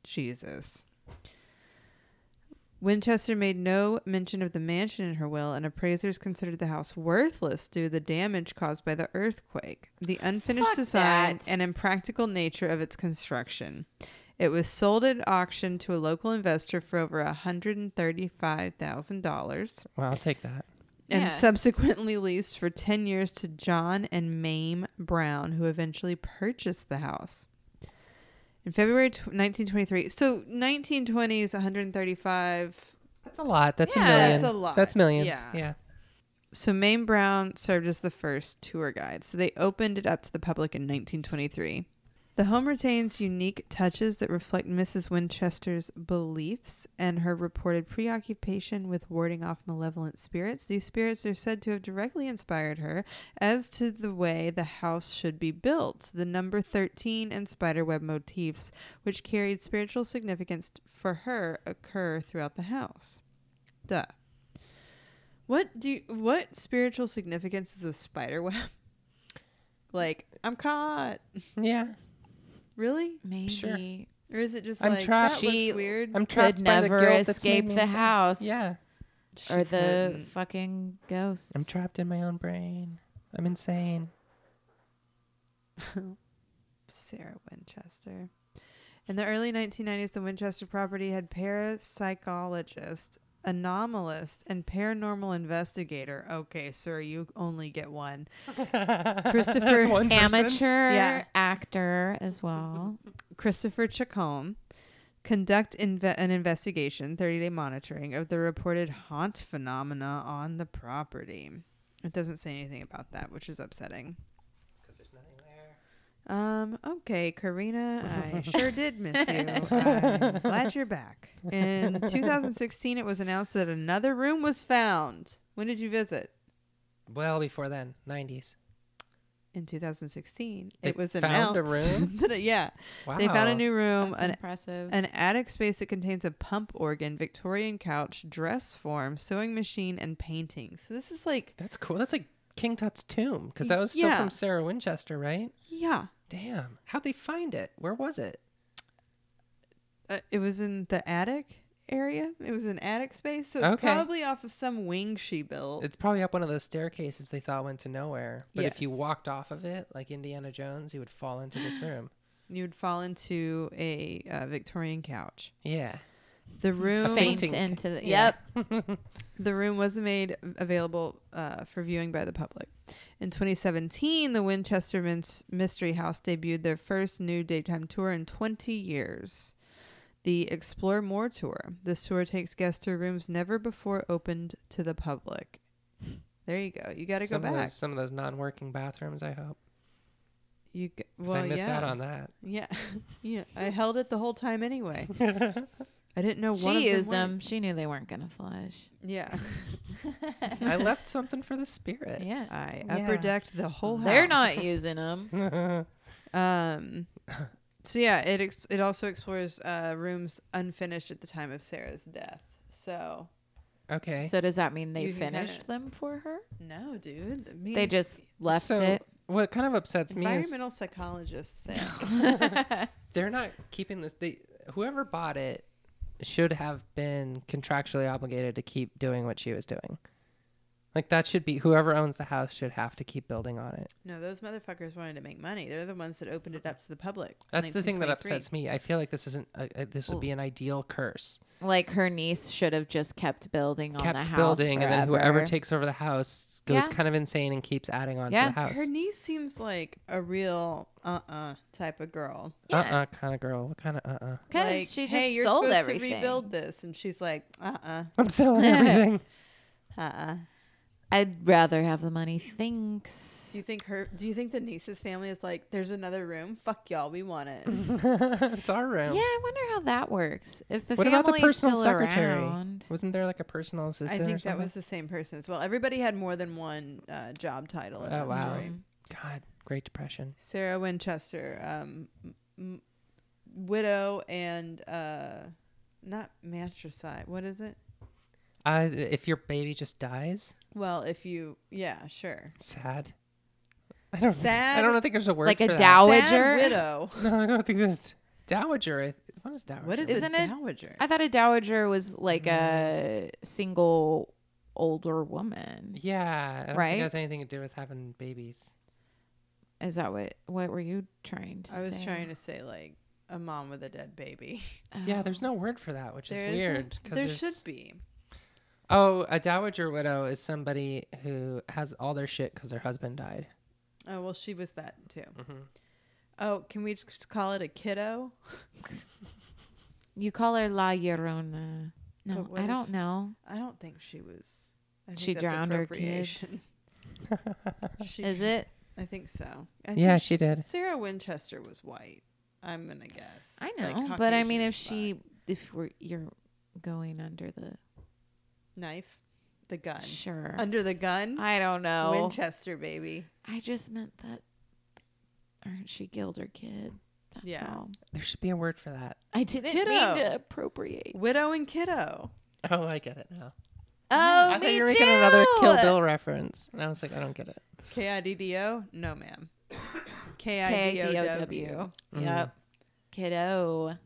Speaker 4: Jesus. Winchester made no mention of the mansion in her will, and appraisers considered the house worthless due to the damage caused by the earthquake, the unfinished
Speaker 2: Fuck
Speaker 4: design,
Speaker 2: that.
Speaker 4: and impractical nature of its construction. It was sold at auction to a local investor for over $135,000
Speaker 3: Well, I'll take that.
Speaker 4: and
Speaker 2: Yeah.
Speaker 4: subsequently leased for 10 years to John and Mame Brown, who eventually purchased the house. In February tw 1923, so 1920s, 135.
Speaker 3: That's a lot. That's
Speaker 2: Yeah,
Speaker 3: a million.
Speaker 4: that's a lot.
Speaker 3: That's millions.
Speaker 4: Yeah.
Speaker 3: Yeah.
Speaker 4: So Mame Brown served as the first tour guide, so they opened it up to the public in 1923. The home retains unique touches that reflect Mrs. Winchester's beliefs and her reported preoccupation with warding off malevolent spirits. These spirits are said to have directly inspired her as to the way the house should be built. The number 13 and spiderweb motifs, which carried spiritual significance for her, occur throughout the house. Duh. What do you, what spiritual significance is a spider web? like, I'm caught.
Speaker 3: Yeah.
Speaker 4: Really?
Speaker 2: Maybe.
Speaker 3: Sure.
Speaker 4: Or is it just
Speaker 3: I'm
Speaker 4: like
Speaker 3: trapped.
Speaker 4: that
Speaker 2: She-
Speaker 4: looks weird?
Speaker 3: I'm trapped
Speaker 2: Could
Speaker 3: by the
Speaker 2: never
Speaker 3: guilt that's made
Speaker 2: escape
Speaker 3: me
Speaker 2: the
Speaker 3: insane.
Speaker 2: house.
Speaker 3: Yeah.
Speaker 2: Or the
Speaker 4: couldn't.
Speaker 2: fucking ghosts.
Speaker 3: I'm trapped in my own brain. I'm insane.
Speaker 4: Sarah Winchester. In the early 1990s, the Winchester property had parapsychologist, anomalist, and paranormal investigator. Okay, sir, you only get one. Christopher
Speaker 2: Amateur
Speaker 4: Yeah.
Speaker 2: actor as well.
Speaker 4: Christopher Chacombe conduct inve- an investigation, 30 day monitoring of the reported haunt phenomena on the property. It doesn't say anything about that, which is upsetting. Um, okay, Karina, I sure did miss you. I'm glad you're back. In 2016, it was announced that another room was found. When did you visit?
Speaker 3: Well, before then, 90s.
Speaker 4: In 2016,
Speaker 3: They
Speaker 4: it was announced.
Speaker 3: found a room?
Speaker 4: that it- yeah.
Speaker 3: Wow.
Speaker 4: They found a new room,
Speaker 2: That's
Speaker 4: Mm-hmm. an
Speaker 2: impressive.
Speaker 4: An attic space that contains a pump organ, Victorian couch, dress form, sewing machine, and painting. So this is like,
Speaker 3: That's cool. That's like King Tut's tomb because that was still
Speaker 4: Yeah.
Speaker 3: from Sarah Winchester, right?
Speaker 4: yeah,
Speaker 3: Damn. How'd they find it? Where was it?
Speaker 4: uh, it was in the attic area. It was an attic space, so it's
Speaker 3: Okay.
Speaker 4: probably off of some wing she built.
Speaker 3: It's probably up one of those staircases they thought went to nowhere. But if you
Speaker 4: Yes.
Speaker 3: walked off of it, like Indiana Jones, you would fall into this room.
Speaker 4: you would fall into a uh, Victorian couch.
Speaker 3: Yeah.
Speaker 4: The room,
Speaker 2: Faint
Speaker 3: fainting.
Speaker 2: into the
Speaker 4: Yeah.
Speaker 2: yep.
Speaker 4: the room was made available uh, for viewing by the public. In 2017, the Winchester Mins- Mystery House debuted their first new daytime tour in 20 years. The Explore More Tour. This tour takes guests to rooms never before opened to the public. There you go. You got to go
Speaker 3: some,
Speaker 4: back.
Speaker 3: Of those, some of those non-working bathrooms, I hope.
Speaker 4: You g-
Speaker 3: 'Cause
Speaker 4: well,
Speaker 3: I missed
Speaker 4: yeah.
Speaker 3: out on that.
Speaker 4: Yeah, yeah. I held it the whole time anyway. I didn't know one of
Speaker 2: She used
Speaker 4: them.
Speaker 2: them. She knew they weren't gonna flush.
Speaker 4: worked. Yeah,
Speaker 3: I left something for the spirits.
Speaker 2: Yeah.
Speaker 4: I
Speaker 3: Yeah.
Speaker 4: upper decked the whole.
Speaker 2: They're
Speaker 4: house.
Speaker 2: not using them.
Speaker 4: Um, so yeah, it ex- it also explores uh, rooms unfinished at the time of Sarah's death. So
Speaker 3: Okay.
Speaker 2: So does that mean they
Speaker 4: You can kinda-
Speaker 2: finished them for her?
Speaker 4: no, dude, that means
Speaker 2: They just left
Speaker 3: So,
Speaker 2: it.
Speaker 3: What kind of upsets me is
Speaker 4: environmental psychologists say
Speaker 3: they're not keeping this. They whoever bought it should have been contractually obligated to keep doing what she was doing. Like that should be whoever owns the house should have to keep building on it.
Speaker 4: no, those motherfuckers wanted to make money. They're the ones that opened it up to the public.
Speaker 3: That's the thing that
Speaker 4: 1923.
Speaker 3: upsets me. I feel like this isn't. A, a, this would be an ideal curse.
Speaker 2: Like her niece should have just kept building on the
Speaker 3: Kept
Speaker 2: house.
Speaker 3: building, and then whoever
Speaker 2: forever.
Speaker 3: takes over the house goes
Speaker 2: Yeah.
Speaker 3: kind of insane and keeps adding on
Speaker 2: Yeah.
Speaker 3: to the house.
Speaker 4: Her niece seems like a real uh uh type of girl.
Speaker 2: Yeah.
Speaker 3: Uh uh kind of girl. What kind of uh uh?
Speaker 2: Because
Speaker 4: Like,
Speaker 2: she just
Speaker 4: hey, you're
Speaker 2: sold
Speaker 4: supposed
Speaker 2: everything.
Speaker 4: to rebuild this, and she's like, uh uh
Speaker 3: I'm selling everything.
Speaker 4: uh uh.
Speaker 2: I'd rather have the money. Thanks.
Speaker 4: Do you think her? Do you think the niece's family is like? There's another room. Fuck y'all. We want it.
Speaker 3: it's our room.
Speaker 2: Yeah, I wonder how that works. If the
Speaker 3: What
Speaker 2: family's
Speaker 3: about the personal
Speaker 2: still
Speaker 3: secretary?
Speaker 2: around,
Speaker 3: Wasn't there like a personal
Speaker 4: I
Speaker 3: assistant? or
Speaker 4: think that
Speaker 3: something?
Speaker 4: was the same person as well. Everybody had more than one uh, job title. In
Speaker 3: Oh
Speaker 4: that
Speaker 3: wow.
Speaker 4: Story.
Speaker 3: God, Great Depression.
Speaker 4: Sarah Winchester, um, m- m- widow and uh, not matricide. What is it?
Speaker 3: Uh, if your baby just dies,
Speaker 4: Well, if you, yeah, sure.
Speaker 3: sad. I don't.
Speaker 4: Sad-
Speaker 3: I don't think there's a word.
Speaker 2: like a
Speaker 3: for that.
Speaker 2: dowager.
Speaker 4: Sad widow.
Speaker 3: No, I don't think there's dowager. I- What is dowager?
Speaker 4: What is
Speaker 2: Isn't
Speaker 4: a
Speaker 2: it-
Speaker 4: dowager?
Speaker 2: I thought a dowager was like a
Speaker 3: Mm.
Speaker 2: single older woman.
Speaker 3: Yeah, I don't Think
Speaker 2: Right?
Speaker 3: it has anything to do with having babies.
Speaker 2: Is that what? What were you trying to?
Speaker 4: I was
Speaker 2: say? Oh.
Speaker 4: trying to say like a mom with a dead baby.
Speaker 3: Yeah, there's no word for that, which
Speaker 4: There
Speaker 3: is
Speaker 4: isn't-
Speaker 3: weird. 'cause
Speaker 4: There
Speaker 3: there's-
Speaker 4: should be.
Speaker 3: Oh, a dowager widow is somebody who has all their shit because their husband died.
Speaker 4: Oh well, she was that too.
Speaker 3: Mm-hmm.
Speaker 4: Oh, can we just call it a kiddo?
Speaker 2: You call her La Llorona. No,
Speaker 4: But what
Speaker 2: I
Speaker 4: if-
Speaker 2: don't know.
Speaker 4: I don't think she was. I think
Speaker 2: She
Speaker 4: that's
Speaker 2: drowned her
Speaker 4: appropriation.
Speaker 2: kids.
Speaker 4: She-
Speaker 2: Is it?
Speaker 4: I think so. I
Speaker 3: Yeah,
Speaker 4: think
Speaker 3: she did.
Speaker 4: Sarah Winchester was white. I'm gonna guess.
Speaker 2: I know,
Speaker 4: Like,
Speaker 2: but I
Speaker 4: Caucasian
Speaker 2: mean, if
Speaker 4: is
Speaker 2: she, if we're, you're going under the
Speaker 4: black. knife, the gun
Speaker 2: sure,
Speaker 4: under the gun,
Speaker 2: I don't know.
Speaker 4: Winchester baby.
Speaker 2: I just meant that, or she killed her kid. That's
Speaker 4: Yeah.
Speaker 2: all.
Speaker 3: There should be a word for that.
Speaker 2: I didn't
Speaker 4: Kiddo. Oh,
Speaker 2: mean to appropriate.
Speaker 4: Widow and kiddo.
Speaker 3: Oh, I get it now.
Speaker 2: Oh,
Speaker 3: I
Speaker 2: me
Speaker 3: thought you were
Speaker 2: too.
Speaker 3: making another Kill Bill reference, and I was like, I don't get it.
Speaker 4: K I D D O. No, ma'am. K I D O
Speaker 2: K-I-D-O-W.
Speaker 4: W. Mm-hmm.
Speaker 2: Yep. Kiddo.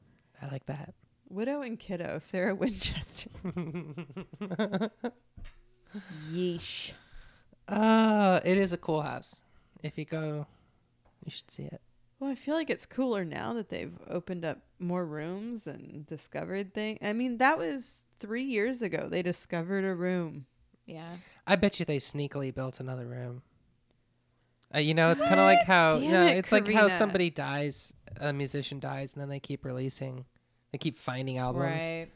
Speaker 3: I like that.
Speaker 4: Widow and kiddo. Sarah Winchester.
Speaker 2: Yeesh.
Speaker 3: Uh, it is a cool house. If you go, you should see it.
Speaker 4: Well, I feel like it's cooler now that they've opened up more rooms and discovered things. I mean, that was three years ago. They discovered a room.
Speaker 2: Yeah.
Speaker 3: I bet you they sneakily built another room. Uh, you know, it's kind of like how
Speaker 4: Damn
Speaker 3: no,
Speaker 4: it,
Speaker 3: it's like how
Speaker 4: Karina.
Speaker 3: somebody dies, a musician dies, and then they keep releasing, they keep finding albums, and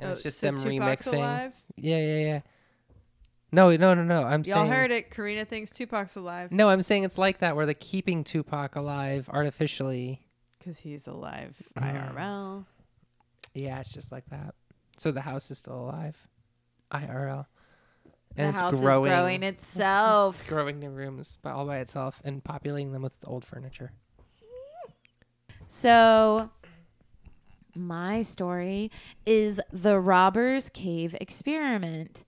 Speaker 3: it's
Speaker 4: Oh,
Speaker 3: just
Speaker 4: so
Speaker 3: them
Speaker 4: Tupac's
Speaker 3: remixing.
Speaker 4: Alive?
Speaker 3: Yeah, yeah, yeah. No, no, no, no. I'm
Speaker 4: Y'all
Speaker 3: saying
Speaker 4: heard it. Karina thinks Tupac's alive
Speaker 3: no. I'm saying it's like that where they're keeping Tupac alive artificially.
Speaker 4: because he's alive
Speaker 3: Uh.
Speaker 4: IRL.
Speaker 3: Yeah, it's just like that. So the house is still alive, IRL,
Speaker 2: The
Speaker 3: and
Speaker 2: house
Speaker 3: it's growing.
Speaker 2: is growing itself.
Speaker 3: It's growing new rooms by all by itself and populating them with old furniture.
Speaker 2: So, my story is the Robber's Cave Experiment,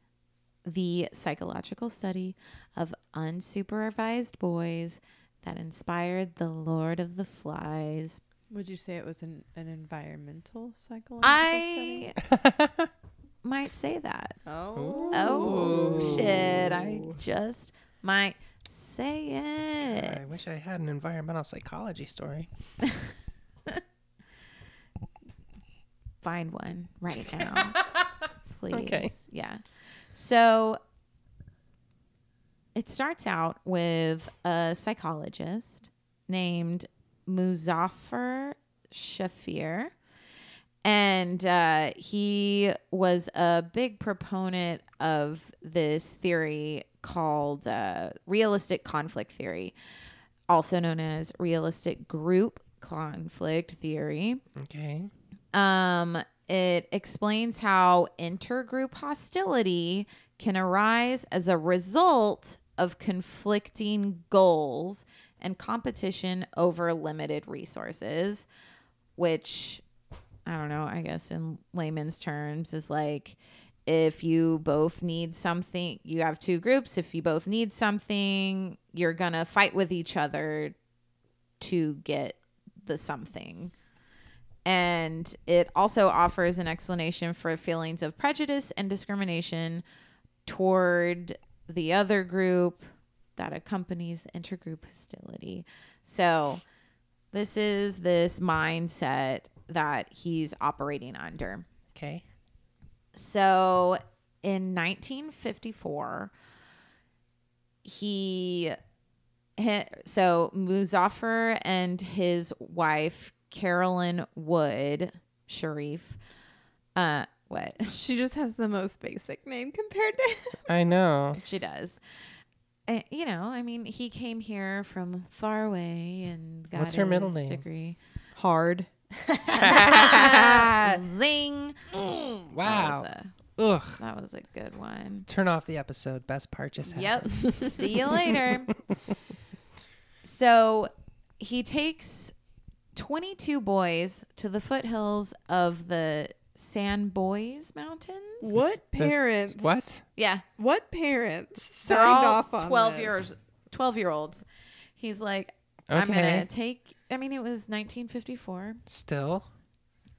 Speaker 2: the psychological study of unsupervised boys that inspired the Lord of the Flies.
Speaker 4: Would you say it was an, an environmental psychological study?
Speaker 2: I might say that.
Speaker 4: Oh.
Speaker 2: Oh, shit. I just might say it.
Speaker 3: I wish I had an environmental psychology story.
Speaker 2: find one right now. Please.
Speaker 3: Okay.
Speaker 2: Yeah. So it starts out with a psychologist named Muzaffar Shafir. And uh, he was a big proponent of this theory called uh, realistic conflict theory, also known as realistic group conflict theory.
Speaker 3: Okay.
Speaker 2: Um, it explains how intergroup hostility can arise as a result of conflicting goals and competition over limited resources, which I don't know, I guess in layman's terms is like if you both need something, you have two groups, if you both need something, you're going to fight with each other to get the something. And it also offers an explanation for feelings of prejudice and discrimination toward the other group that accompanies intergroup hostility. So, this is this mindset that he's operating under.
Speaker 3: Okay.
Speaker 2: So in 1954, he, he so Muzaffar and his wife Carolyn Wood Sharif, uh, what
Speaker 4: She just has the most basic name compared to
Speaker 3: I know.
Speaker 2: she does. Uh, you know, I mean, he came here from far away and got
Speaker 3: What's her middle
Speaker 2: his
Speaker 3: name?
Speaker 2: degree.
Speaker 4: Hard.
Speaker 2: Zing! Mm,
Speaker 3: Wow.
Speaker 2: That
Speaker 3: Ugh.
Speaker 2: was a- that was a good one.
Speaker 3: Turn off the episode. Best part just happened.
Speaker 2: Yep. See you later. So he takes 22 boys to the foothills of the San Boys Mountains.
Speaker 4: What
Speaker 3: This-
Speaker 4: parents?
Speaker 3: What?
Speaker 2: Yeah.
Speaker 4: What parents
Speaker 2: They're
Speaker 4: signed
Speaker 2: all
Speaker 4: off on
Speaker 2: 12
Speaker 4: this?
Speaker 2: years 12 year olds. He's like I'm
Speaker 3: Okay.
Speaker 2: going to take I mean it was 1954.
Speaker 3: Still.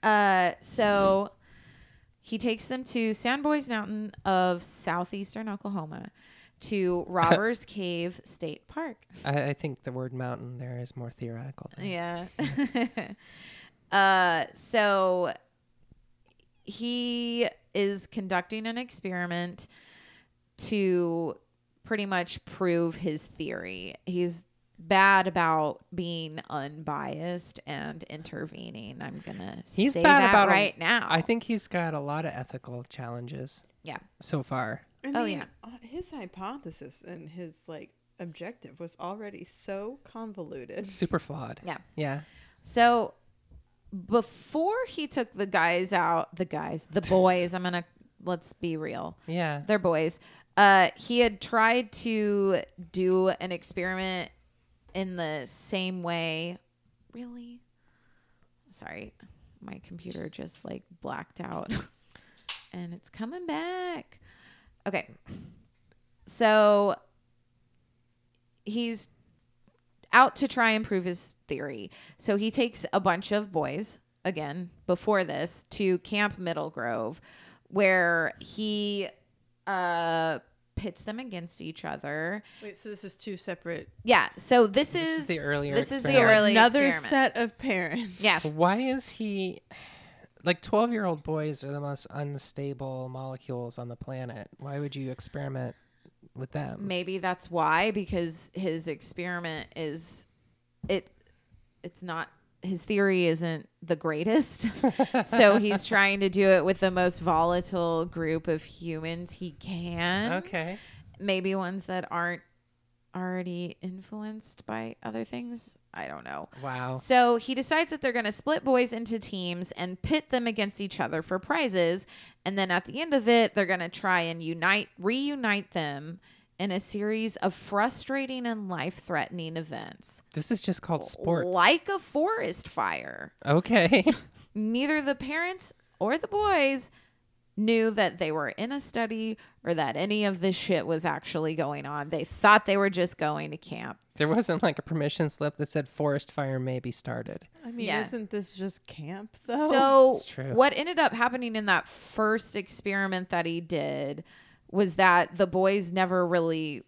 Speaker 2: Uh, so he takes them to Sandboys Mountain of southeastern Oklahoma to Robbers Cave State Park.
Speaker 3: I, I think the word mountain there is more theoretical. Than
Speaker 2: Yeah. Uh, so he is conducting an experiment to pretty much prove his theory. He's bad about being unbiased and intervening. I'm gonna
Speaker 3: He's
Speaker 2: say
Speaker 3: bad
Speaker 2: that
Speaker 3: about a-
Speaker 2: right now.
Speaker 3: I think he's got a lot of ethical challenges
Speaker 2: yeah.
Speaker 3: so far.
Speaker 4: I
Speaker 2: Oh,
Speaker 4: mean,
Speaker 2: yeah.
Speaker 4: uh, His hypothesis and his like objective was already so convoluted.
Speaker 3: Super flawed.
Speaker 2: Yeah.
Speaker 3: Yeah.
Speaker 2: So before he took the guys out, the guys, the boys, I'm gonna let's be real.
Speaker 3: Yeah.
Speaker 2: They're boys. Uh, he had tried to do an experiment in the same way. Really? Sorry, my computer just like blacked out and it's coming back. Okay. So he's out to try and prove his theory. So he takes a bunch of boys, again, before this, to Camp Middle Grove, where he uh, pits them against each other.
Speaker 4: Wait, so this is two separate.
Speaker 2: Yeah. So this,
Speaker 3: This
Speaker 2: is,
Speaker 3: is the earlier
Speaker 2: This is the
Speaker 3: experiment.
Speaker 2: early
Speaker 4: another
Speaker 2: experiment.
Speaker 4: set of parents.
Speaker 2: Yeah.
Speaker 3: Why is he like 12 year old boys are the most unstable molecules on the planet? Why would you experiment with them?
Speaker 2: Maybe that's why, because his experiment is it. It's not his theory isn't the greatest, so he's trying to do it with the most volatile group of humans he can.
Speaker 3: Okay.
Speaker 2: maybe ones that aren't already influenced by other things. I don't know.
Speaker 3: Wow.
Speaker 2: So he decides that they're going to split boys into teams and pit them against each other for prizes. And then at the end of it, they're going to try and unite, reunite them in a series of frustrating and life threatening events,
Speaker 3: This is just called sports.
Speaker 2: like a forest fire.
Speaker 3: Okay.
Speaker 2: Neither the parents or the boys knew that they were in a study or that any of this shit was actually going on. They thought they were just going to camp.
Speaker 3: there wasn't like a permission slip that said forest fire may be started.
Speaker 4: I mean,
Speaker 2: Yeah.
Speaker 4: isn't this just camp though?
Speaker 2: So,
Speaker 3: It's true.
Speaker 2: what ended up happening in that first experiment that he did was that the boys never really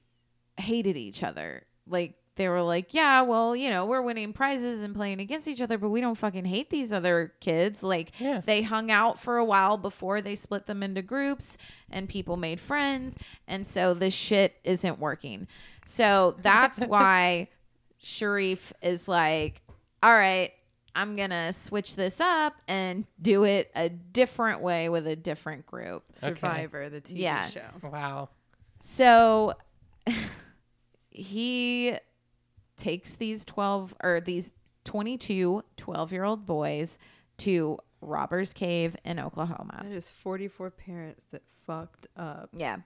Speaker 2: hated each other. Like, they were like, yeah, well, you know, we're winning prizes and playing against each other, but we don't fucking hate these other kids. Like,
Speaker 3: Yeah.
Speaker 2: they hung out for a while before they split them into groups and people made friends. And so this shit isn't working. So that's why Sharif is like, all right, I'm going to switch this up and do it a different way with a different group.
Speaker 4: Survivor, the TV
Speaker 2: Yeah.
Speaker 4: show.
Speaker 3: Wow.
Speaker 2: So he takes these 12 or these 22 12 year old boys to Robbers Cave in Oklahoma.
Speaker 4: That is 44 parents that fucked up.
Speaker 2: Yeah.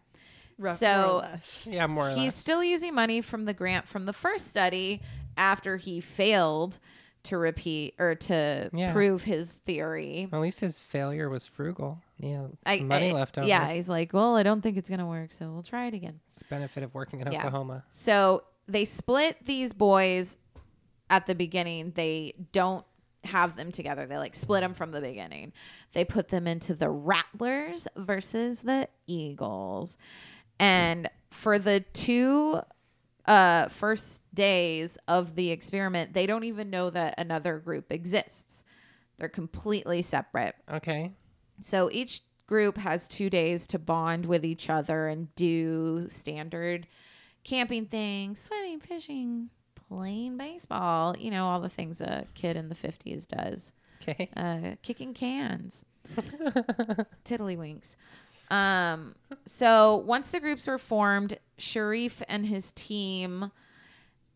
Speaker 4: Rough, more or
Speaker 2: so
Speaker 4: less.
Speaker 3: Yeah, more or
Speaker 2: he's
Speaker 3: less.
Speaker 2: still using money from the grant from the first study after he failed to repeat or to
Speaker 3: Yeah.
Speaker 2: prove his theory.
Speaker 3: At least his failure was frugal. Yeah, some
Speaker 2: I-
Speaker 3: money
Speaker 2: I-
Speaker 3: left over.
Speaker 2: Yeah, he's like, well, I don't think it's going to work, so we'll try it again.
Speaker 3: It's the benefit of working in
Speaker 2: Yeah.
Speaker 3: Oklahoma.
Speaker 2: So they split these boys at the beginning. They don't have them together. They like split them from the beginning. They put them into the Rattlers versus the Eagles. And for the two uh, first days of the experiment, they don't even know that another group exists. They're completely separate.
Speaker 3: Okay.
Speaker 2: So each group has two days to bond with each other and do standard camping things, swimming, fishing, playing baseball, you know, all the things a kid in the 50s does,
Speaker 3: Okay.
Speaker 2: uh, kicking cans, tiddlywinks. Um, so once the groups were formed, Sharif and his team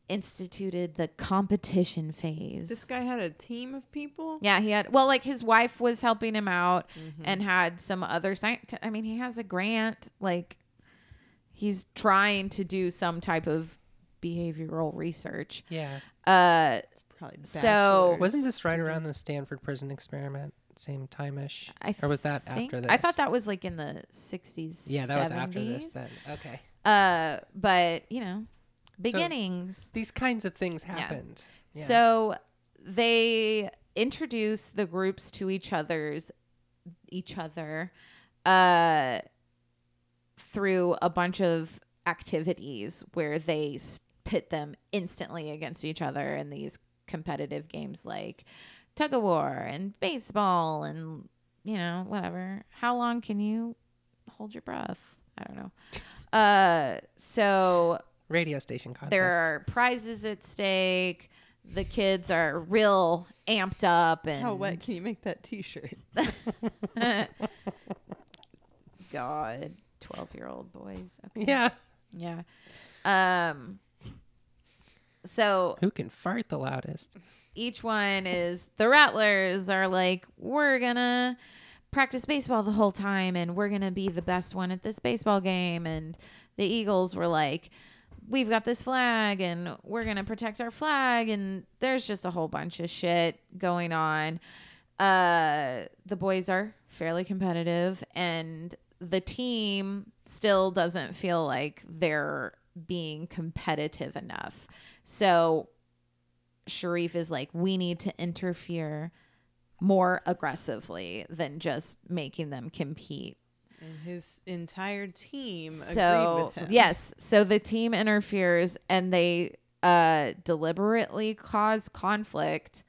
Speaker 2: instituted the competition phase.
Speaker 4: This guy had a team of people?
Speaker 2: Yeah, he had well, like his wife was helping him out
Speaker 3: Mm-hmm.
Speaker 2: and had some other sci- I mean, he has a grant. Like he's trying to do some type of behavioral research.
Speaker 3: Yeah.
Speaker 2: Uh,
Speaker 4: It's probably
Speaker 2: So-
Speaker 4: bachelors.
Speaker 3: Wasn't this right around the Stanford prison experiment, same time ish?
Speaker 2: I
Speaker 3: Or was that
Speaker 2: think-
Speaker 3: after this?
Speaker 2: I thought that was like in the sixties.
Speaker 3: Yeah, that was after this then. Okay.
Speaker 2: Uh, but you know, beginnings.
Speaker 3: These kinds of things happened. Yeah.
Speaker 2: So they introduce the groups to each other's each other uh through a bunch of activities where they s- pit them instantly against each other in these competitive games like tug of war and baseball and you know whatever. How long can you hold your breath? I don't know. Uh, so
Speaker 3: Radio station contests.
Speaker 2: there are prizes at stake. The kids are real amped up and
Speaker 4: How wet can you make that T-shirt?
Speaker 2: God, twelve year old boys. Okay.
Speaker 3: Yeah.
Speaker 2: Yeah. Um. So
Speaker 3: Who can fart the loudest?
Speaker 2: each one is the Rattlers are like, we're gonna practice baseball the whole time and we're gonna be the best one at this baseball game. And the Eagles were like, we've got this flag and we're gonna protect our flag. And there's just a whole bunch of shit going on. Uh, the boys are fairly competitive and the team still doesn't feel like they're being competitive enough. So Sharif is like, we need to interfere more aggressively than just making them compete.
Speaker 4: And his entire team agreed
Speaker 2: so
Speaker 4: with him.
Speaker 2: yes, so the team interferes and they uh, deliberately cause conflict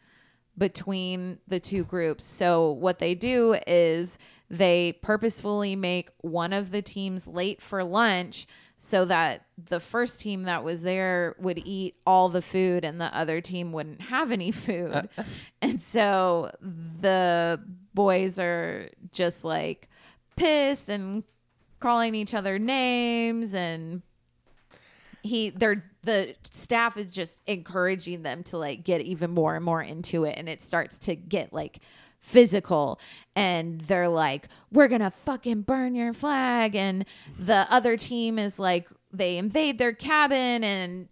Speaker 2: between the two groups. So what they do is they purposefully make one of the teams late for lunch so that the first team that was there would eat all the food and the other team wouldn't have any food. and so the boys are just like pissed and calling each other names and he they're the staff is just encouraging them to like get even more and more into it and it starts to get like physical and they're like we're gonna fucking burn your flag and the other team is like they invade their cabin and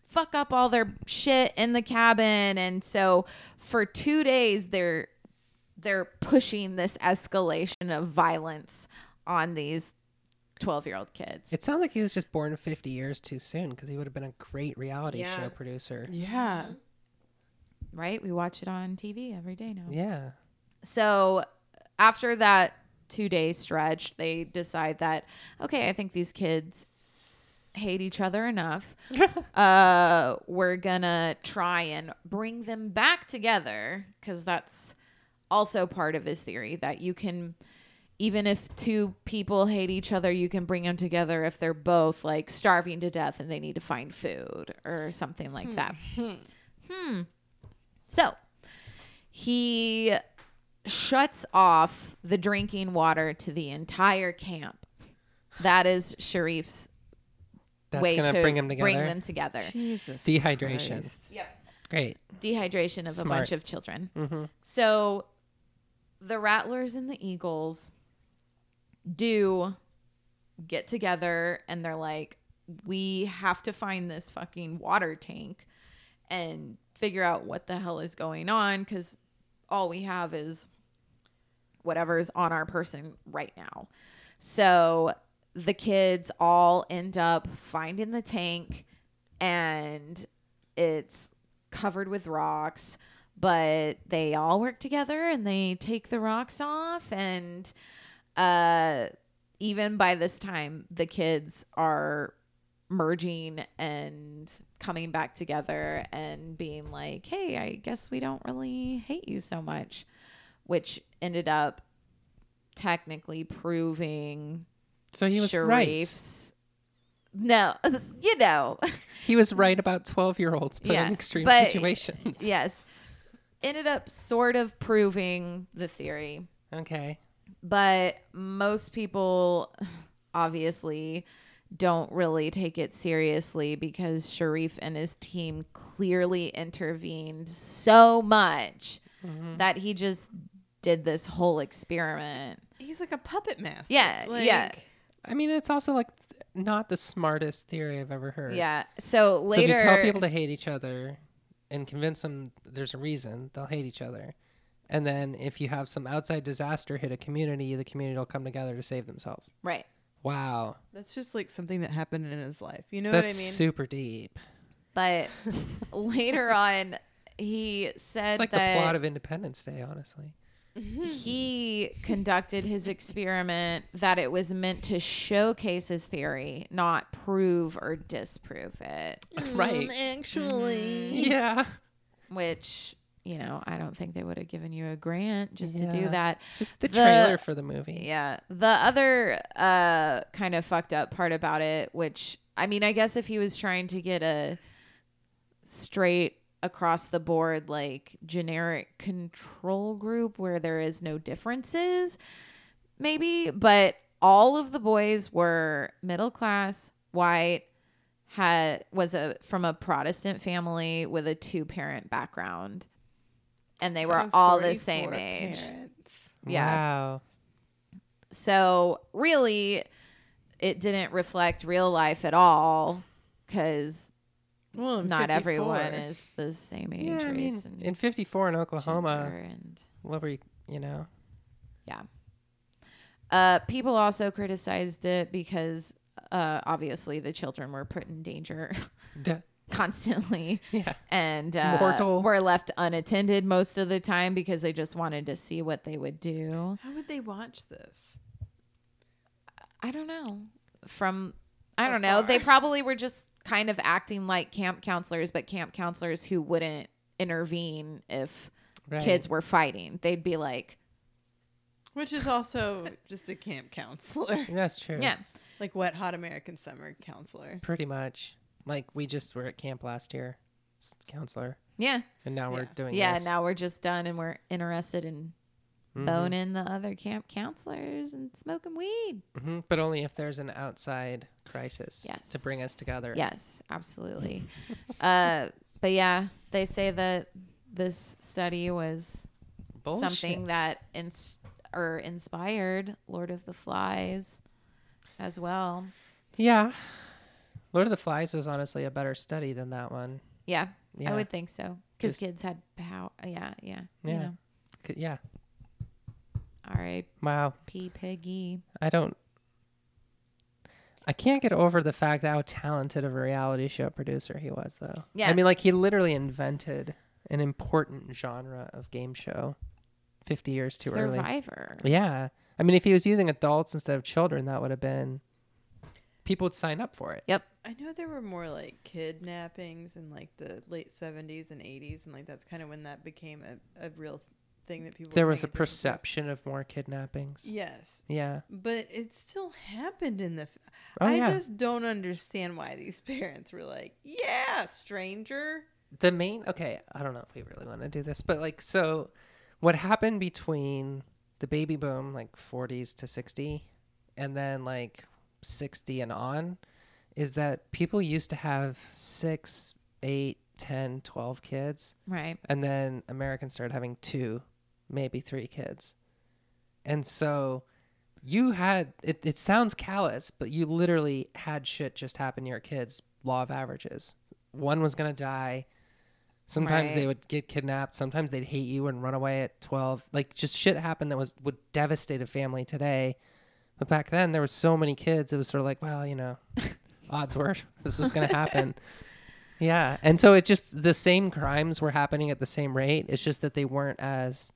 Speaker 2: fuck up all their shit in the cabin and so for two days they're they're pushing this escalation of violence on these 12 year old kids
Speaker 3: It sounds like he was just born 50 years too soon because he would have been a great reality
Speaker 2: Yeah.
Speaker 3: show producer.
Speaker 4: Yeah.
Speaker 2: right? We watch it on TV every day now.
Speaker 3: Yeah.
Speaker 2: So after that two day stretch, they decide that, okay, I think these kids hate each other enough. uh, we're going to try and bring them back together because that's also part of his theory that you can. Even if two people hate each other, you can bring them together if they're both like starving to death and they need to find food or something like that. Hmm. So he shuts off the drinking water to the entire camp. That is Sharif's
Speaker 3: That's
Speaker 2: way
Speaker 3: going
Speaker 2: to
Speaker 3: to bring him together.
Speaker 2: bring them together.
Speaker 4: Jesus.
Speaker 3: Dehydration.
Speaker 4: Christ.
Speaker 3: Great.
Speaker 2: Dehydration of a
Speaker 3: Smart. Mm-hmm.
Speaker 2: bunch of children. So the Rattlers and the Eagles do get together and they're like, we have to find this fucking water tank and figure out what the hell is going on because all we have is whatever's on our person right now. So the kids all end up finding the tank and it's covered with rocks, but they all work together and they take the rocks off and uh even by this time the kids are merging and coming back together and being like, "Hey, I guess we don't really hate you so much." Which ended up technically proving
Speaker 3: So he was right.
Speaker 2: Sharif's No, you know.
Speaker 3: He was right about 12 year olds put
Speaker 2: Yeah,
Speaker 3: in extreme
Speaker 2: but-
Speaker 3: situations.
Speaker 2: yes. Ended up sort of proving the theory,
Speaker 3: Okay.
Speaker 2: but most people obviously don't really take it seriously because Sharif and his team clearly intervened so much
Speaker 3: Mm-hmm.
Speaker 2: that he just did this whole experiment.
Speaker 4: He's like a puppet master.
Speaker 2: Yeah,
Speaker 4: Like,
Speaker 2: yeah.
Speaker 3: I mean, it's also like th- not the smartest theory I've ever heard.
Speaker 2: Yeah. So
Speaker 3: So if
Speaker 2: later
Speaker 3: you tell people to hate each other and convince them there's a reason, they'll hate each other. And then if you have some outside disaster hit a community, the community will come together to save themselves.
Speaker 2: right.
Speaker 3: Wow.
Speaker 4: That's just like something that happened in his life. You know
Speaker 3: That's
Speaker 4: what I mean?
Speaker 3: super deep.
Speaker 2: But later on he said
Speaker 3: It's like
Speaker 2: that
Speaker 3: the plot of Independence Day, honestly.
Speaker 2: he conducted his experiment that it was meant to showcase his theory, not prove or disprove it,
Speaker 3: right. Mm-hmm.
Speaker 4: actually.
Speaker 3: Yeah.
Speaker 2: which you know, I don't think they would have given you a grant just to
Speaker 3: Yeah.
Speaker 2: do that.
Speaker 3: It's the
Speaker 2: The-
Speaker 3: trailer for the movie.
Speaker 2: Yeah. The other uh kind of fucked up part about it, which I mean, I guess if he was trying to get a straight across the board like generic control group where there is no differences, maybe, but all of the boys were middle class, white, had was a from a Protestant family with a two parent background. And they were
Speaker 4: So
Speaker 2: all the
Speaker 4: 44
Speaker 2: same age.
Speaker 4: parents.
Speaker 2: Yeah.
Speaker 3: Wow.
Speaker 2: So really, it didn't reflect real life at all because
Speaker 4: Well, I'm
Speaker 2: not
Speaker 4: 54.
Speaker 2: everyone is the same age,
Speaker 3: Yeah, I mean,
Speaker 2: race, and
Speaker 3: in 54 in Oklahoma,
Speaker 2: gender and
Speaker 3: what were you, you know?
Speaker 2: yeah. Uh, people also criticized it because uh, obviously the children were put in danger
Speaker 3: Duh.
Speaker 2: constantly.
Speaker 3: Yeah.
Speaker 2: And uh,
Speaker 3: Mortal.
Speaker 2: were left unattended most of the time because they just wanted to see what they would do.
Speaker 4: How would they watch this?
Speaker 2: I don't know. From I
Speaker 4: How
Speaker 2: don't know. They
Speaker 4: far?
Speaker 2: probably were just kind of acting like camp counselors, but camp counselors who wouldn't intervene if
Speaker 3: Right.
Speaker 2: kids were fighting. They'd be like,
Speaker 4: Which is also just a camp counselor,
Speaker 3: That's true.
Speaker 2: "Yeah,
Speaker 4: like wet hot American summer counselor.
Speaker 3: Pretty much. Like we just were at camp last year, s- counselor,
Speaker 2: yeah,
Speaker 3: and now we're
Speaker 4: Yeah.
Speaker 3: doing
Speaker 2: yeah."
Speaker 3: this. Mm-hmm.
Speaker 2: Now we're just done, and we're interested in boning the other camp counselors and smoking weed.
Speaker 3: hmm But only if there's an outside crisis
Speaker 2: Yes,
Speaker 3: to bring us together.
Speaker 2: Yes, absolutely. uh, but yeah, they say that this study was
Speaker 3: Bullshit.
Speaker 2: something that ins- or inspired Lord of the Flies as well.
Speaker 3: Yeah. Lord of the Flies was honestly a better study than that one.
Speaker 2: Yeah,
Speaker 3: Yeah.
Speaker 2: I would think so because
Speaker 3: Just-
Speaker 2: kids had power. Yeah, yeah,
Speaker 3: Yeah.
Speaker 2: You know.
Speaker 3: C- Yeah.
Speaker 2: R.I.P.
Speaker 3: Wow.
Speaker 2: Piggy.
Speaker 3: I don't. I can't get over the fact that how talented of a reality show producer he was, though.
Speaker 2: Yeah.
Speaker 3: I mean, like, he literally invented an important genre of game show 50 years too early.
Speaker 2: Survivor.
Speaker 3: Yeah. I mean, if he was using adults instead of children, that would have been. People would sign up for it.
Speaker 2: Yep.
Speaker 4: I know there were more like kidnappings in like the late 70s and 80s, and like that's kind of when that became a, a real thing that people. were
Speaker 3: There was a
Speaker 4: paying attention to.
Speaker 3: perception of more kidnappings.
Speaker 4: Yes,
Speaker 3: Yeah.
Speaker 4: but it still happened in the. F-
Speaker 3: Oh,
Speaker 4: I
Speaker 3: yeah.
Speaker 4: just don't understand why these parents were like, "Yeah, stranger."
Speaker 3: the main okay i don't know if we really want to do this but like so what happened between the baby boom like 40s to 60 and then like 60 and on is that people used to have six eight ten twelve kids
Speaker 2: Right.
Speaker 3: and then americans started having two maybe three kids and so you had it, it sounds callous but you literally had shit just happen to your kids law of averages one was gonna die sometimes they
Speaker 2: Right.
Speaker 3: would get kidnapped sometimes they'd hate you and run away at 12 like just shit happened that was would devastate a family today but back then there were so many kids it was sort of like well you know odds were this was gonna happen yeah and so it just the same crimes were happening at the same rate it's just that they weren't as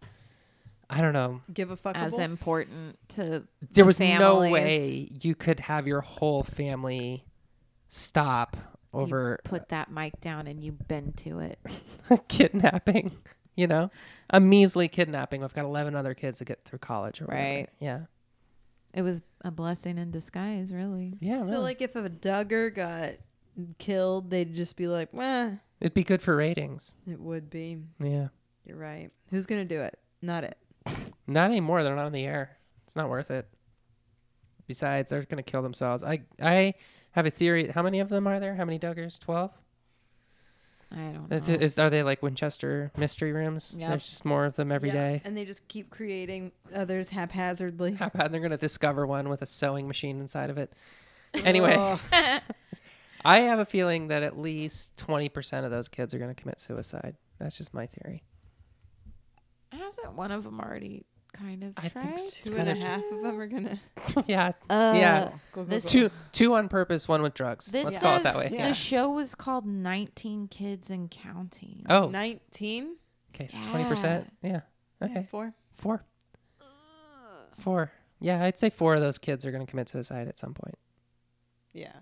Speaker 3: i don't know
Speaker 4: Give a fuck.
Speaker 2: As important to
Speaker 3: there
Speaker 2: the
Speaker 3: was no
Speaker 2: families
Speaker 3: way you could have your whole family stop
Speaker 2: you
Speaker 3: over
Speaker 2: Put that mic down and you bend to it.
Speaker 3: kidnapping you know a measly kidnapping i've got 11 other kids to get through college or whatever.
Speaker 2: Right.
Speaker 3: yeah
Speaker 2: It was a blessing in disguise, really.
Speaker 3: yeah
Speaker 4: So
Speaker 3: really.
Speaker 4: like, if a Duggar got killed, they'd just be like, "Well,
Speaker 3: it'd be good for ratings
Speaker 4: it would be."
Speaker 3: yeah
Speaker 4: You're right. Who's gonna do it? Not it.
Speaker 3: not anymore they're not on the air it's not worth it besides they're gonna kill themselves i i have a theory how many of them are there how many duggars 12
Speaker 2: I don't know.
Speaker 3: Is, it- is- are they like Winchester mystery rooms?
Speaker 2: Yep.
Speaker 3: There's just more of them every day.
Speaker 4: And they just keep creating others haphazardly.
Speaker 3: And they're going to discover one with a sewing machine inside of it. Anyway,
Speaker 4: Oh,
Speaker 3: I have a feeling that at least 20% of those kids are going to commit suicide. That's just my theory.
Speaker 2: Hasn't one of them already kind of
Speaker 3: I think
Speaker 2: tried?
Speaker 3: so.
Speaker 4: two and a half of them are gonna.
Speaker 3: yeah.
Speaker 2: Uh,
Speaker 3: yeah.
Speaker 4: Go, go,
Speaker 2: this
Speaker 4: go.
Speaker 3: Two two on purpose, one with drugs.
Speaker 2: This
Speaker 3: Let's call it that way.
Speaker 2: says
Speaker 4: Yeah.
Speaker 2: The show was called 19 Kids and Counting.
Speaker 3: Oh,
Speaker 4: Nineteen.
Speaker 3: okay. So 20%. Yeah. Okay.
Speaker 4: Four.
Speaker 3: Four. Four. Yeah, I'd say four of those kids are going to commit suicide at some point.
Speaker 4: Yeah.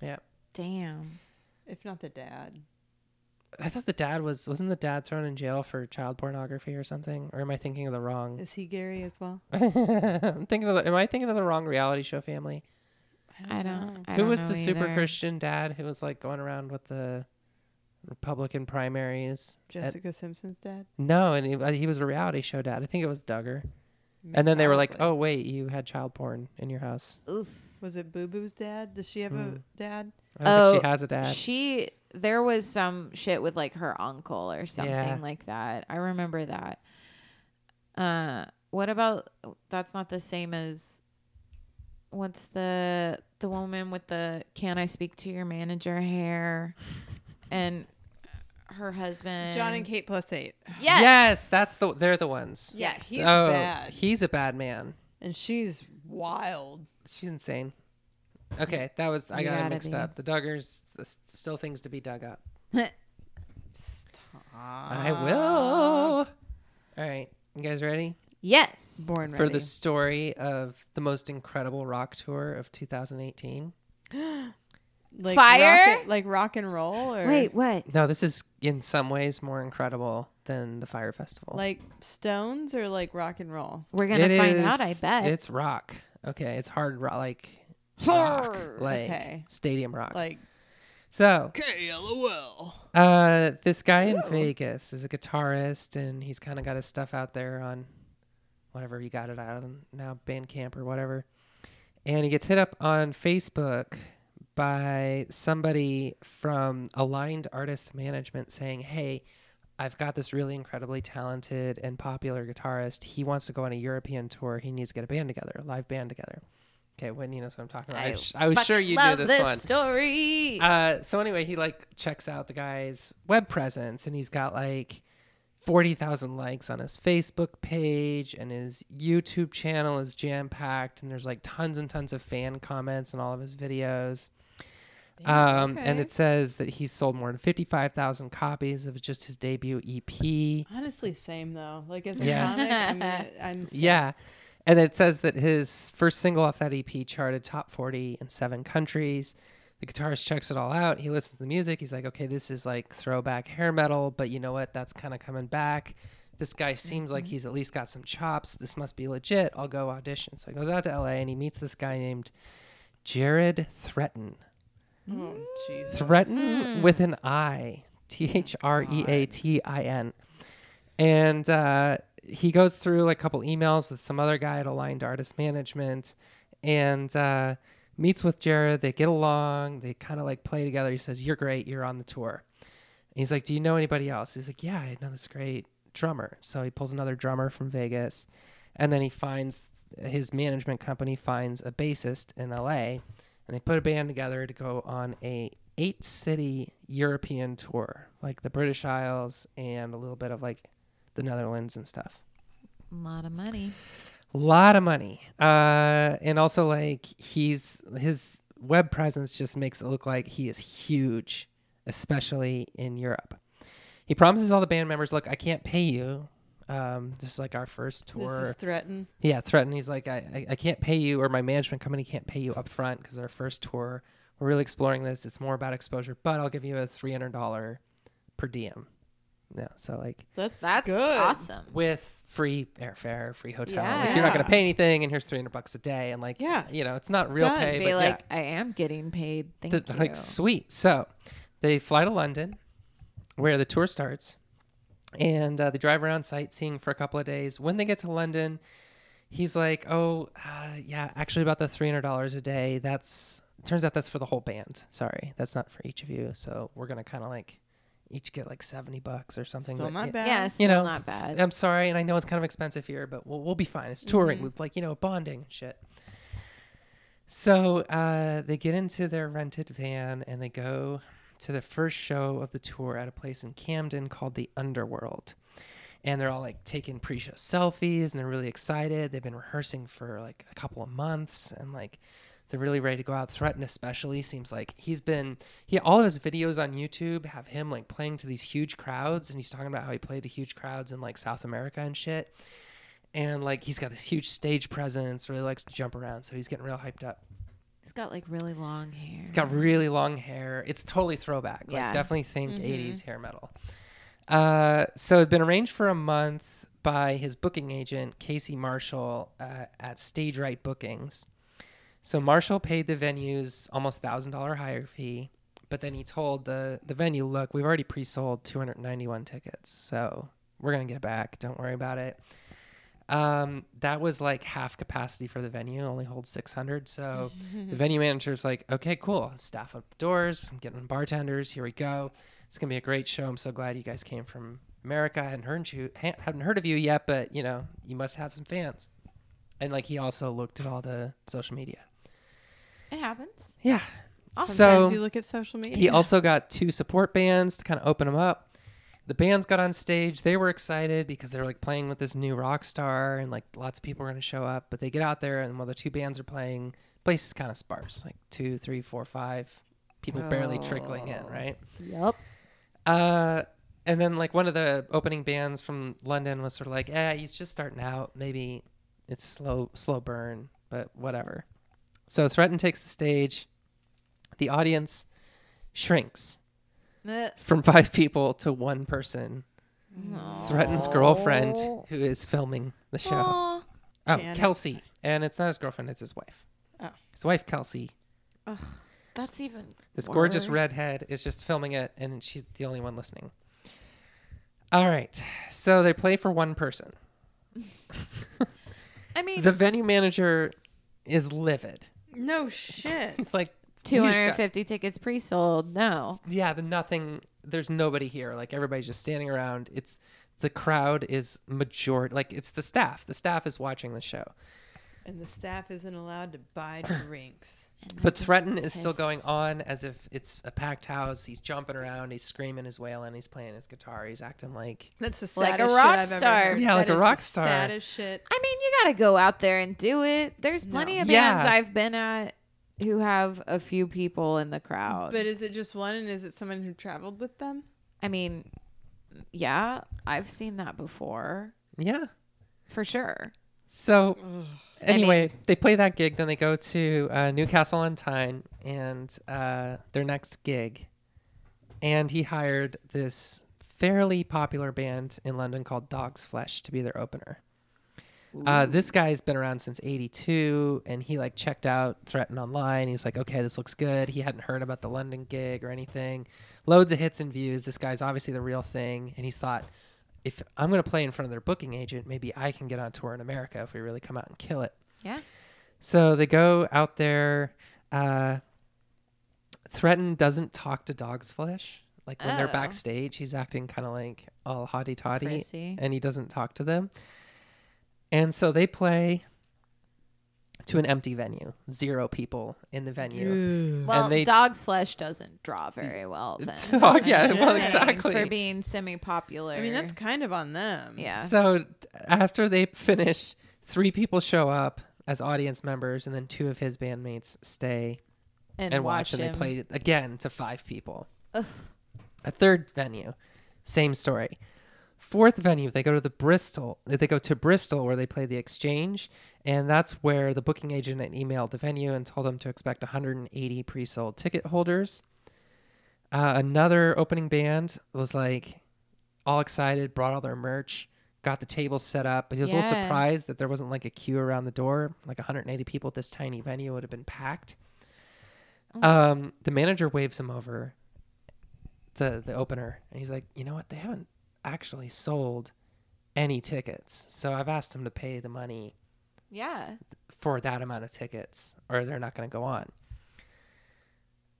Speaker 3: Yeah.
Speaker 2: Damn.
Speaker 4: If not the dad.
Speaker 3: I thought the dad was wasn't the dad thrown in jail for child pornography or something? Or am I thinking of the wrong?
Speaker 4: Is he Gary as well?
Speaker 3: I'm thinking of the. Am I thinking of the wrong reality show family?
Speaker 2: I don't. I
Speaker 3: who
Speaker 2: don't
Speaker 3: was
Speaker 2: know
Speaker 3: the super
Speaker 2: either.
Speaker 3: Christian dad who was like going around with the Republican primaries? at-
Speaker 4: Jessica Simpson's dad.
Speaker 3: no, and he, uh, he was a reality show dad. I think it was Duggar. And then they were like, "Oh wait, you had child porn in your house."
Speaker 2: Oof.
Speaker 4: Was it Boo Boo's dad? Does she have
Speaker 3: Hmm.
Speaker 4: a dad?
Speaker 3: I don't think she
Speaker 2: Oh,
Speaker 3: has a dad.
Speaker 2: She there was some shit with like her uncle or something
Speaker 3: Yeah.
Speaker 2: like that. I remember that. Uh what about that's not the same as what's the the woman with the can I speak to your manager hair and her husband
Speaker 4: John and Kate plus eight.
Speaker 2: Yes.
Speaker 3: that's the they're the ones.
Speaker 2: Yes.
Speaker 4: He's
Speaker 3: oh,
Speaker 4: bad.
Speaker 3: he's a bad man.
Speaker 4: and she's wild.
Speaker 3: She's insane. Okay, that was I
Speaker 2: You
Speaker 3: got it
Speaker 2: gotta
Speaker 3: mixed
Speaker 2: be.
Speaker 3: up. The Duggars s- still things to be dug up.
Speaker 2: Ah.
Speaker 3: I will. All right, you guys ready
Speaker 2: yes.
Speaker 4: Born
Speaker 3: for the story of the most incredible rock tour of 2018?
Speaker 4: like
Speaker 2: Fire?
Speaker 4: rocket- like rock and roll, or
Speaker 2: Wait, what?
Speaker 3: No, this is in some ways more incredible than the Fire Festival.
Speaker 4: like Stones, or like rock and roll.
Speaker 2: We're gonna
Speaker 3: It
Speaker 2: find out, I
Speaker 3: is-
Speaker 2: bet.
Speaker 3: It's rock. Okay, it's hard rock, like rock, like
Speaker 4: Okay.
Speaker 3: stadium rock.
Speaker 4: Like
Speaker 3: so,
Speaker 4: KLOL.
Speaker 3: uh, this guy in Vegas is a guitarist, and he's kind of got his stuff out there on whatever you got it out of them now, Bandcamp or whatever. And he gets hit up on Facebook by somebody from Aligned Artist Management saying, "Hey." I've got this really incredibly talented and popular guitarist. He wants to go on a European tour. He needs to get a band together, a live band together. Okay, Whitney knows what I'm talking about. I, sh- I was sure you knew
Speaker 2: Love
Speaker 3: this,
Speaker 2: this
Speaker 3: one.
Speaker 2: story.
Speaker 3: Uh, so anyway, he like checks out the guy's web presence, and he's got like forty thousand likes on his Facebook page, and his YouTube channel is jam packed, and there's like tons and tons of fan comments on all of his videos. um, And
Speaker 4: okay.
Speaker 3: it says that he's sold more than fifty five thousand copies of just his debut E EP.
Speaker 4: Honestly, same though. Like as a
Speaker 3: Yeah.
Speaker 4: comic, I'm, gonna- I'm
Speaker 3: Yeah. And it says that his first single off that EP charted top 40 in seven countries. The guitarist checks it all out. He listens to the music. He's like, okay, this is like throwback hair metal, but you know what? That's kind of coming back. This guy seems like he's at least got some chops. This must be legit. I'll go audition. So he goes out to LA and he meets this guy named Jared Threaten.
Speaker 4: Oh, jeez.
Speaker 3: Threaten with an I. T H R E A T I N. And uh, he goes through like a couple emails with some other guy at Aligned Artist Management and uh, meets with Jared. They get along. They kind of like play together. He says, You're great. You're on the tour. And he's like, Do you know anybody else? He's like, Yeah, I know this great drummer. So he pulls another drummer from Vegas. And then he finds his management company finds a bassist in LA and they put a band together to go on a eight city European tour, like the British Isles and a little bit of like the Netherlands and stuff.
Speaker 2: a lot of money.
Speaker 3: A lot of money. Uh, and also like he's his web presence just makes it look like he is huge, especially in Europe. He promises all the band members, look, I can't pay you. Um, this is like our first
Speaker 4: This
Speaker 3: tour.
Speaker 4: is threatened.
Speaker 3: Yeah, threatened. He's like, I, I, I can't pay you, or my management company can't pay you up front because our first tour, we're really exploring this. It's more about exposure, but I'll give you a three hundred dollar per diem. Yeah, so like
Speaker 4: That's,
Speaker 2: That's
Speaker 4: good.
Speaker 2: awesome.
Speaker 3: with free airfare, free hotel. Like you're not
Speaker 4: Yeah.
Speaker 3: gonna pay anything, and here's three hundred bucks a day, and like
Speaker 4: Yeah.
Speaker 3: you know, it's not real
Speaker 4: Done.
Speaker 3: pay,
Speaker 2: be
Speaker 3: but
Speaker 2: like,
Speaker 3: yeah.
Speaker 2: I am getting paid. Thank
Speaker 3: Th-
Speaker 2: you.
Speaker 3: Like sweet. So they fly to London, where the tour starts, and uh, they drive around sightseeing for a couple of days. When they get to London, he's like, "Oh, uh, yeah, actually, about the three hundred dollars a day. That's turns out that's for the whole band. Sorry, that's not for each of you. So we're gonna kind of like each get like seventy bucks or something.
Speaker 4: Still
Speaker 3: but
Speaker 4: not
Speaker 3: yeah,
Speaker 4: bad.
Speaker 2: yeah, still
Speaker 3: know,
Speaker 2: not bad.
Speaker 3: I'm sorry, and I know it's kind of expensive here, but we'll, we'll be fine. It's touring with like you know bonding and shit. So uh, they get into their rented van and they go to the first show of the tour at a place in Camden called the Underworld. And they're all like taking pre show selfies and they're really excited. They've been rehearsing for like a couple of months and like they're really ready to go out. Threatened, especially, seems like he's been, he, all of his videos on YouTube have him like playing to these huge crowds. And he's talking about how he played to huge crowds in like South America and shit. And like he's got this huge stage presence, really likes to jump around. So he's getting real hyped up.
Speaker 2: He's got like really long hair.
Speaker 3: It's got really long hair. It's totally throwback. Like
Speaker 2: Yeah.
Speaker 3: definitely think 80s hair metal. Uh, so it'd been arranged for a month by his booking agent, Casey Marshall, uh, at Stage Right Bookings. So Marshall paid the venue's almost thousand dollar hire fee, but then he told the the venue, "Look, we've already pre-sold 291 tickets, so we're gonna get it back. Don't worry about it." Um, that was like half capacity for the venue, only holds 600. So the venue manager's like, "Okay, cool. Staff up the doors. I'm getting bartenders. Here we go. It's gonna be a great show. I'm so glad you guys came from America. I hadn't heard you, ha- hadn't heard of you yet, but you know, you must have some fans." And like he also looked at all the social media.
Speaker 2: It happens.
Speaker 3: Yeah.
Speaker 4: Sometimes
Speaker 3: so
Speaker 4: you look at social media.
Speaker 3: he also got two support bands to kind of open him up. The bands got on stage. They were excited because they were like playing with this new rock star and like lots of people were going to show up. But they get out there and while the two bands are playing, place is kind of sparse like two, three, four, five people barely trickling in, right?
Speaker 2: Yep.
Speaker 3: Uh, and then like one of the opening bands from London was sort of like, eh, he's just starting out. Maybe it's slow, slow burn, but whatever. So Threaten takes the stage. The audience shrinks from five people to one person. Threaten's girlfriend,
Speaker 2: Oh.
Speaker 3: who is filming the show. Oh,
Speaker 4: Janet.
Speaker 3: Kelsey. And it's not his girlfriend, it's his wife.
Speaker 4: Oh.
Speaker 3: His wife, Kelsey.
Speaker 2: that's even
Speaker 3: This gorgeous
Speaker 2: worse.
Speaker 3: redhead is just filming it, and she's the only one listening. All right. So they play for one person.
Speaker 2: I mean,
Speaker 3: The venue manager is livid.
Speaker 4: no shit.
Speaker 3: It's like, you
Speaker 2: two
Speaker 3: just got-
Speaker 2: hundred and fifty tickets pre-sold. No,
Speaker 3: yeah, the nothing. There's nobody here. Like everybody's just standing around. It's the crowd is majority. Like it's the staff. The staff is watching the show.
Speaker 4: and the staff isn't allowed to buy drinks.
Speaker 3: But Threaten is still going on as if it's a packed house. He's jumping around, he's screaming, he's wailing, he's playing his guitar, he's acting like
Speaker 4: That's the
Speaker 2: Like
Speaker 4: saddest
Speaker 2: a rock
Speaker 4: shit I've
Speaker 2: star.
Speaker 4: ever heard.
Speaker 3: Yeah,
Speaker 4: That
Speaker 3: like a
Speaker 4: is
Speaker 3: rock
Speaker 4: the
Speaker 3: star.
Speaker 4: Saddest shit.
Speaker 2: I mean, you got to go out there and do it. There's plenty of
Speaker 3: Yeah.
Speaker 2: bands I've been at who have a few people in the crowd.
Speaker 4: But is it just one, and is it someone who traveled with them?
Speaker 2: I mean, yeah, I've seen that before
Speaker 3: yeah.
Speaker 2: for sure.
Speaker 3: So
Speaker 2: mean-
Speaker 3: anyway, they play that gig, then they go to uh, Newcastle on Tyne and uh, their next gig. And he hired this fairly popular band in London called Dog's Flesh to be their opener. Uh, this guy's been around since 82 and he like checked out Threaten online. He's like, okay, this looks good. He hadn't heard about the London gig or anything. Loads of hits and views. This guy's obviously the real thing. And he's thought, if I'm going to play in front of their booking agent, maybe I can get on tour in America if we really come out and kill it.
Speaker 2: Yeah.
Speaker 3: So they go out there. Uh, Threaten doesn't talk to Dog's Flesh. Like when they're
Speaker 2: Oh.
Speaker 3: backstage, he's acting kind of like all hotty toddy
Speaker 2: Prissy.
Speaker 3: and he doesn't talk to them. And so they play to an empty venue, zero people in the venue.
Speaker 2: Well,
Speaker 3: they-
Speaker 2: dog's flesh doesn't draw very well then.
Speaker 3: Oh, yeah,
Speaker 2: Just
Speaker 3: well,
Speaker 2: saying,
Speaker 3: exactly.
Speaker 2: For being semi-popular.
Speaker 4: I mean, that's kind of on them.
Speaker 2: yeah.
Speaker 3: So t- after they finish, three people show up as audience members, and then two of his bandmates stay and, watch, and
Speaker 2: him.
Speaker 3: they played it again to five people. A third venue, same story. Fourth venue, they go to the Bristol. They go to Bristol where they play the Exchange, and that's where the booking agent had emailed the venue and told them to expect 180 pre-sold ticket holders. Uh, another opening band was like all excited, brought all their merch, got the table set up. But he was a little
Speaker 2: Yeah.
Speaker 3: surprised that there wasn't like a queue around the door. Like 180 people at this tiny venue would have been packed. Um, the manager waves him over the the opener, and he's like, "You know what? They haven't actually sold any tickets, so I've asked him to pay the money
Speaker 2: Yeah.
Speaker 3: for that amount of tickets or they're not going to go on.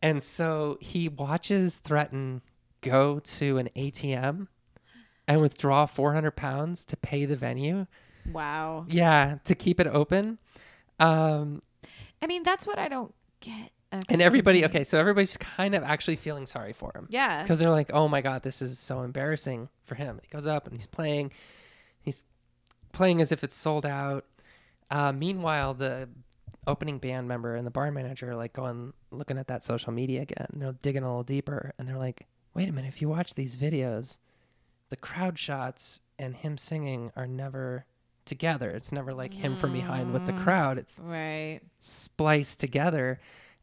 Speaker 3: And so he watches Threaten go to an ATM and withdraw 400 pounds to pay the venue.
Speaker 2: Wow.
Speaker 3: Yeah, to keep it open. Um,
Speaker 2: I mean, that's what I don't get.
Speaker 3: and everybody, okay, so everybody's kind of actually feeling sorry for him.
Speaker 2: Yeah.
Speaker 3: Because they're like, oh my God, this is so embarrassing for him. He goes up and he's playing. He's playing as if it's sold out. Uh, meanwhile, the opening band member and the bar manager are like going, looking at that social media again. And they're digging a little deeper. And they're like, wait a minute, if you watch these videos, the crowd shots and him singing are never together. It's never like him from behind with the crowd. It's
Speaker 2: Right.
Speaker 3: spliced together.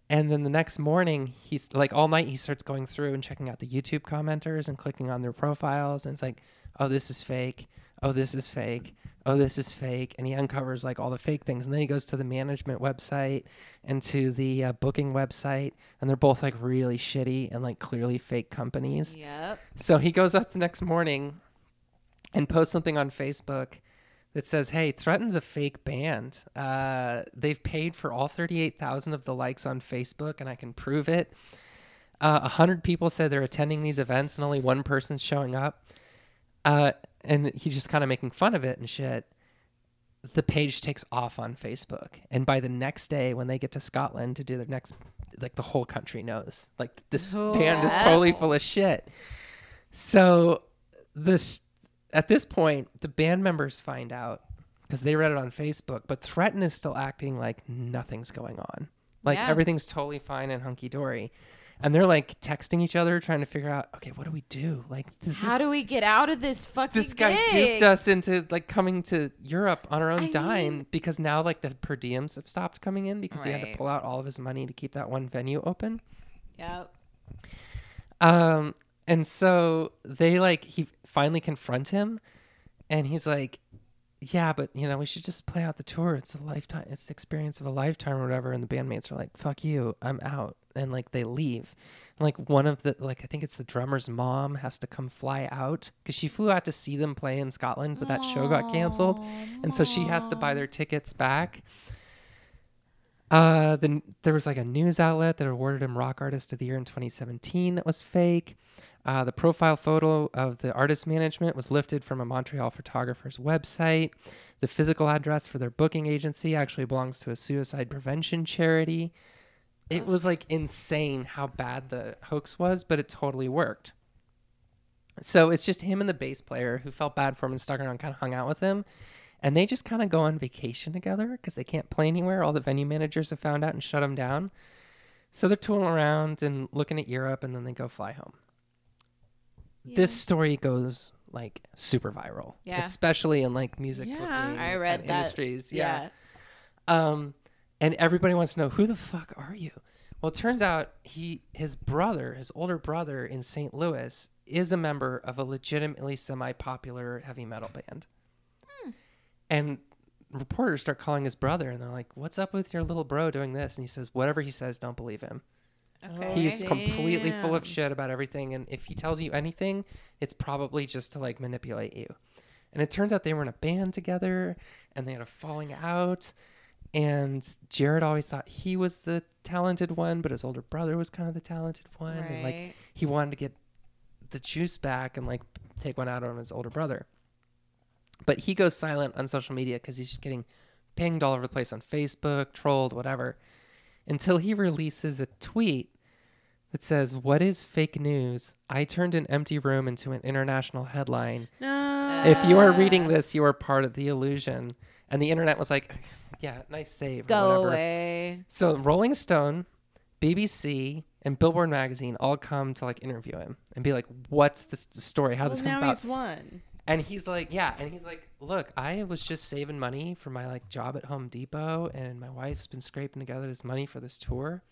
Speaker 3: And then the next morning, he's like all night, he starts going through and checking out the YouTube commenters and clicking on their profiles. And it's like, oh, this is fake. Oh, this is fake. Oh, this is fake. And he uncovers like all the fake things. And then he goes to the management website and to the uh, booking website. And they're both like really shitty and like clearly fake companies.
Speaker 2: Yep.
Speaker 3: So he goes up the next morning and posts something on Facebook that says, "Hey, threatens a fake band. Uh, they've paid for all thirty-eight thousand of the likes on Facebook, and I can prove it. Uh, A hundred people said they're attending these events, and only one person's showing up. Uh, and he's just kind of making fun of it and shit." The page takes off on Facebook, and by the next day, when they get to Scotland to do their next, like the whole country knows, like this
Speaker 2: Oh,
Speaker 3: band is totally full of shit. So this at this point, the band members find out because they read it on Facebook, but Threaten is still acting like nothing's going on. Like
Speaker 2: Yeah.
Speaker 3: everything's totally fine and hunky dory. And they're like texting each other, trying to figure out, okay, what do we do? Like this
Speaker 2: How
Speaker 3: is,
Speaker 2: do we get out of this fucking
Speaker 3: this guy
Speaker 2: gig?
Speaker 3: duped us into like coming to Europe on our own dime because now like the per diems have stopped coming in because he had
Speaker 2: Right.
Speaker 3: to pull out all of his money to keep that one venue open.
Speaker 2: Yep.
Speaker 3: Um, and so they like he finally confront him, and he's like, "Yeah, but you know we should just play out the tour. It's a lifetime. It's the experience of a lifetime or whatever." And the bandmates are like, "Fuck you, I'm out." And like they leave. And, like one of the like I think it's the drummer's mom has to come fly out because she flew out to see them play in Scotland, but that show got canceled, and so she has to buy their tickets back. Uh, then there was like a news outlet that awarded him Rock Artist of the Year in 2017 that was fake. Uh, the profile photo of the artist management was lifted from a Montreal photographer's website. The physical address for their booking agency actually belongs to a suicide prevention charity.
Speaker 2: Oh.
Speaker 3: It was like insane how bad the hoax was, but it totally worked. So it's just him and the bass player who felt bad for him and stuck around, kind of hung out with him. And they just kind of go on vacation together because they can't play anywhere. All the venue managers have found out and shut them down. So they're tooling around and looking at Europe and then they go fly home. This story goes like super viral,
Speaker 2: Yeah.
Speaker 3: especially in like music
Speaker 4: Yeah.
Speaker 3: booking
Speaker 2: I read
Speaker 3: and
Speaker 2: that.
Speaker 3: industries. Yeah. Um, and everybody wants to know who the fuck are you? Well, it turns out he, his brother, his older brother in St. Louis, is a member of a legitimately semi-popular heavy metal band. And reporters start calling his brother, and they're like, "What's up with your little bro doing this?" And he says, "Whatever he says, don't believe him.
Speaker 2: Okay.
Speaker 3: He's completely full
Speaker 4: Damn.
Speaker 3: of shit about everything, and if he tells you anything, it's probably just to like manipulate you." And it turns out they were in a band together and they had a falling out. And Jared always thought he was the talented one, but his older brother was kind of the talented one.
Speaker 2: Right.
Speaker 3: And like he wanted to get the juice back and like take one out on his older brother. But he goes silent on social media because he's just getting pinged all over the place on Facebook, trolled, whatever, until he releases a tweet that says, What is fake news? I turned an empty room into an international headline
Speaker 4: No.
Speaker 3: if you are
Speaker 4: Ah.
Speaker 3: reading this, you are part of the illusion. And the internet was like, yeah, nice save. or
Speaker 2: Go
Speaker 3: whatever.
Speaker 2: away.
Speaker 3: So Rolling Stone, BBC, and Billboard magazine all come to like interview him and be like, "What's this story? How
Speaker 4: well,
Speaker 3: this come
Speaker 4: now
Speaker 3: about?"
Speaker 4: he's one.
Speaker 3: And he's like, yeah. And he's like, look, I was just saving money for my like job at Home Depot, and my wife's been scraping together this money for this tour.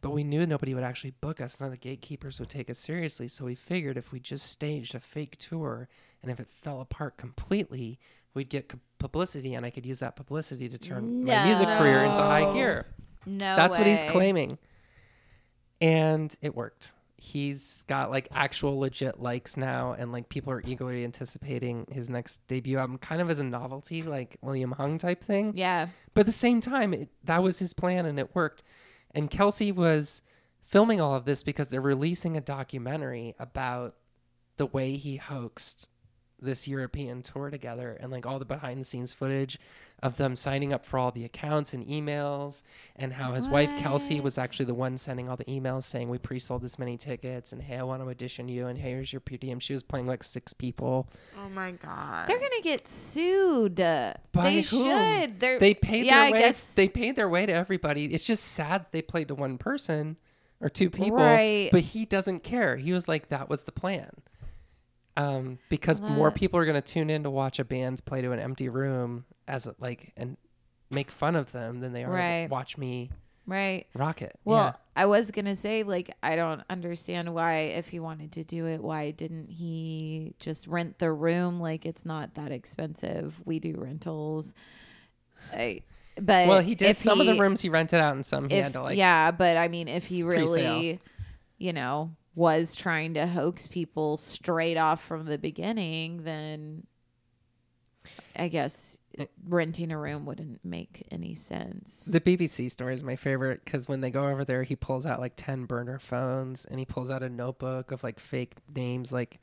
Speaker 3: But we knew nobody would actually book us. None of the gatekeepers would take us seriously. So we figured if we just staged a fake tour and if it fell apart completely, we'd get c- publicity and I could use that publicity to turn my music career into high
Speaker 2: No.
Speaker 3: gear.
Speaker 2: No.
Speaker 3: That's what he's
Speaker 2: way.
Speaker 3: claiming. And it worked. He's got like actual legit likes now, and like people are eagerly anticipating his next debut album, kind of as a novelty, like William Hung type thing.
Speaker 2: Yeah.
Speaker 3: But at the same time, it, that was his plan and it worked. And Kelsey was filming all of this because they're releasing a documentary about the way he hoaxed this European tour together and like all the behind the scenes footage of them signing up for all the accounts and emails and how his wife Kelsey was actually the one sending all the emails saying we pre-sold this many tickets and hey I want to audition you and here's your PDM she was playing like six people
Speaker 4: Oh my god.
Speaker 2: They're gonna get sued. they
Speaker 3: whom?
Speaker 2: should. They're,
Speaker 3: They paid
Speaker 2: yeah,
Speaker 3: their
Speaker 2: I
Speaker 3: way.
Speaker 2: Guess,
Speaker 3: They paid their way to everybody. It's just sad they played to one person or two people.
Speaker 2: Right.
Speaker 3: But he doesn't care. He was like, that was the plan. um, because
Speaker 2: Well,
Speaker 3: more
Speaker 2: that-
Speaker 3: people are going to tune in to watch a band play to an empty room as a- like and make fun of them than they are
Speaker 2: Right.
Speaker 3: to watch me
Speaker 2: right?
Speaker 3: rock it.
Speaker 2: Well, I was gonna say, like, I don't understand why, if he wanted to do it, why didn't he just rent the room? Like, it's not that expensive. We do rentals. I, but
Speaker 3: yeah. well, he did
Speaker 2: if
Speaker 3: some of
Speaker 2: he-
Speaker 3: the rooms he rented out and some he
Speaker 2: if-
Speaker 3: had to like.
Speaker 2: yeah, but I mean, if he
Speaker 3: pre-sale.
Speaker 2: really, you know, was trying to hoax people straight off from the beginning, then I guess renting a room wouldn't make any sense.
Speaker 3: Eh. The BBC story is my favorite because when they go over there, he pulls out like 10 burner phones and he pulls out a notebook of like fake names, like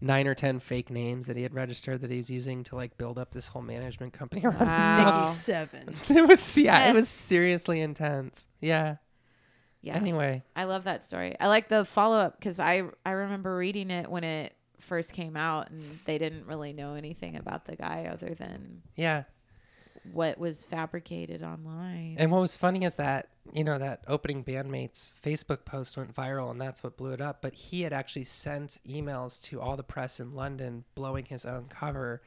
Speaker 3: nine or 10 fake names that he had registered that he was using to like build up this whole management company around himself.
Speaker 2: Wow.
Speaker 4: Sixty-seven.
Speaker 3: It was, yeah, it was seriously intense. Yeah.
Speaker 2: yeah.
Speaker 3: Anyway,
Speaker 2: I love that story. I like the follow up because I I remember reading it when it first came out, and they didn't really know anything about the guy other than
Speaker 3: yeah.
Speaker 2: what was fabricated online.
Speaker 3: And what was funny is that, you know, that opening bandmates Facebook post went viral and that's what blew it up. But he had actually sent emails to all the press in London blowing his own cover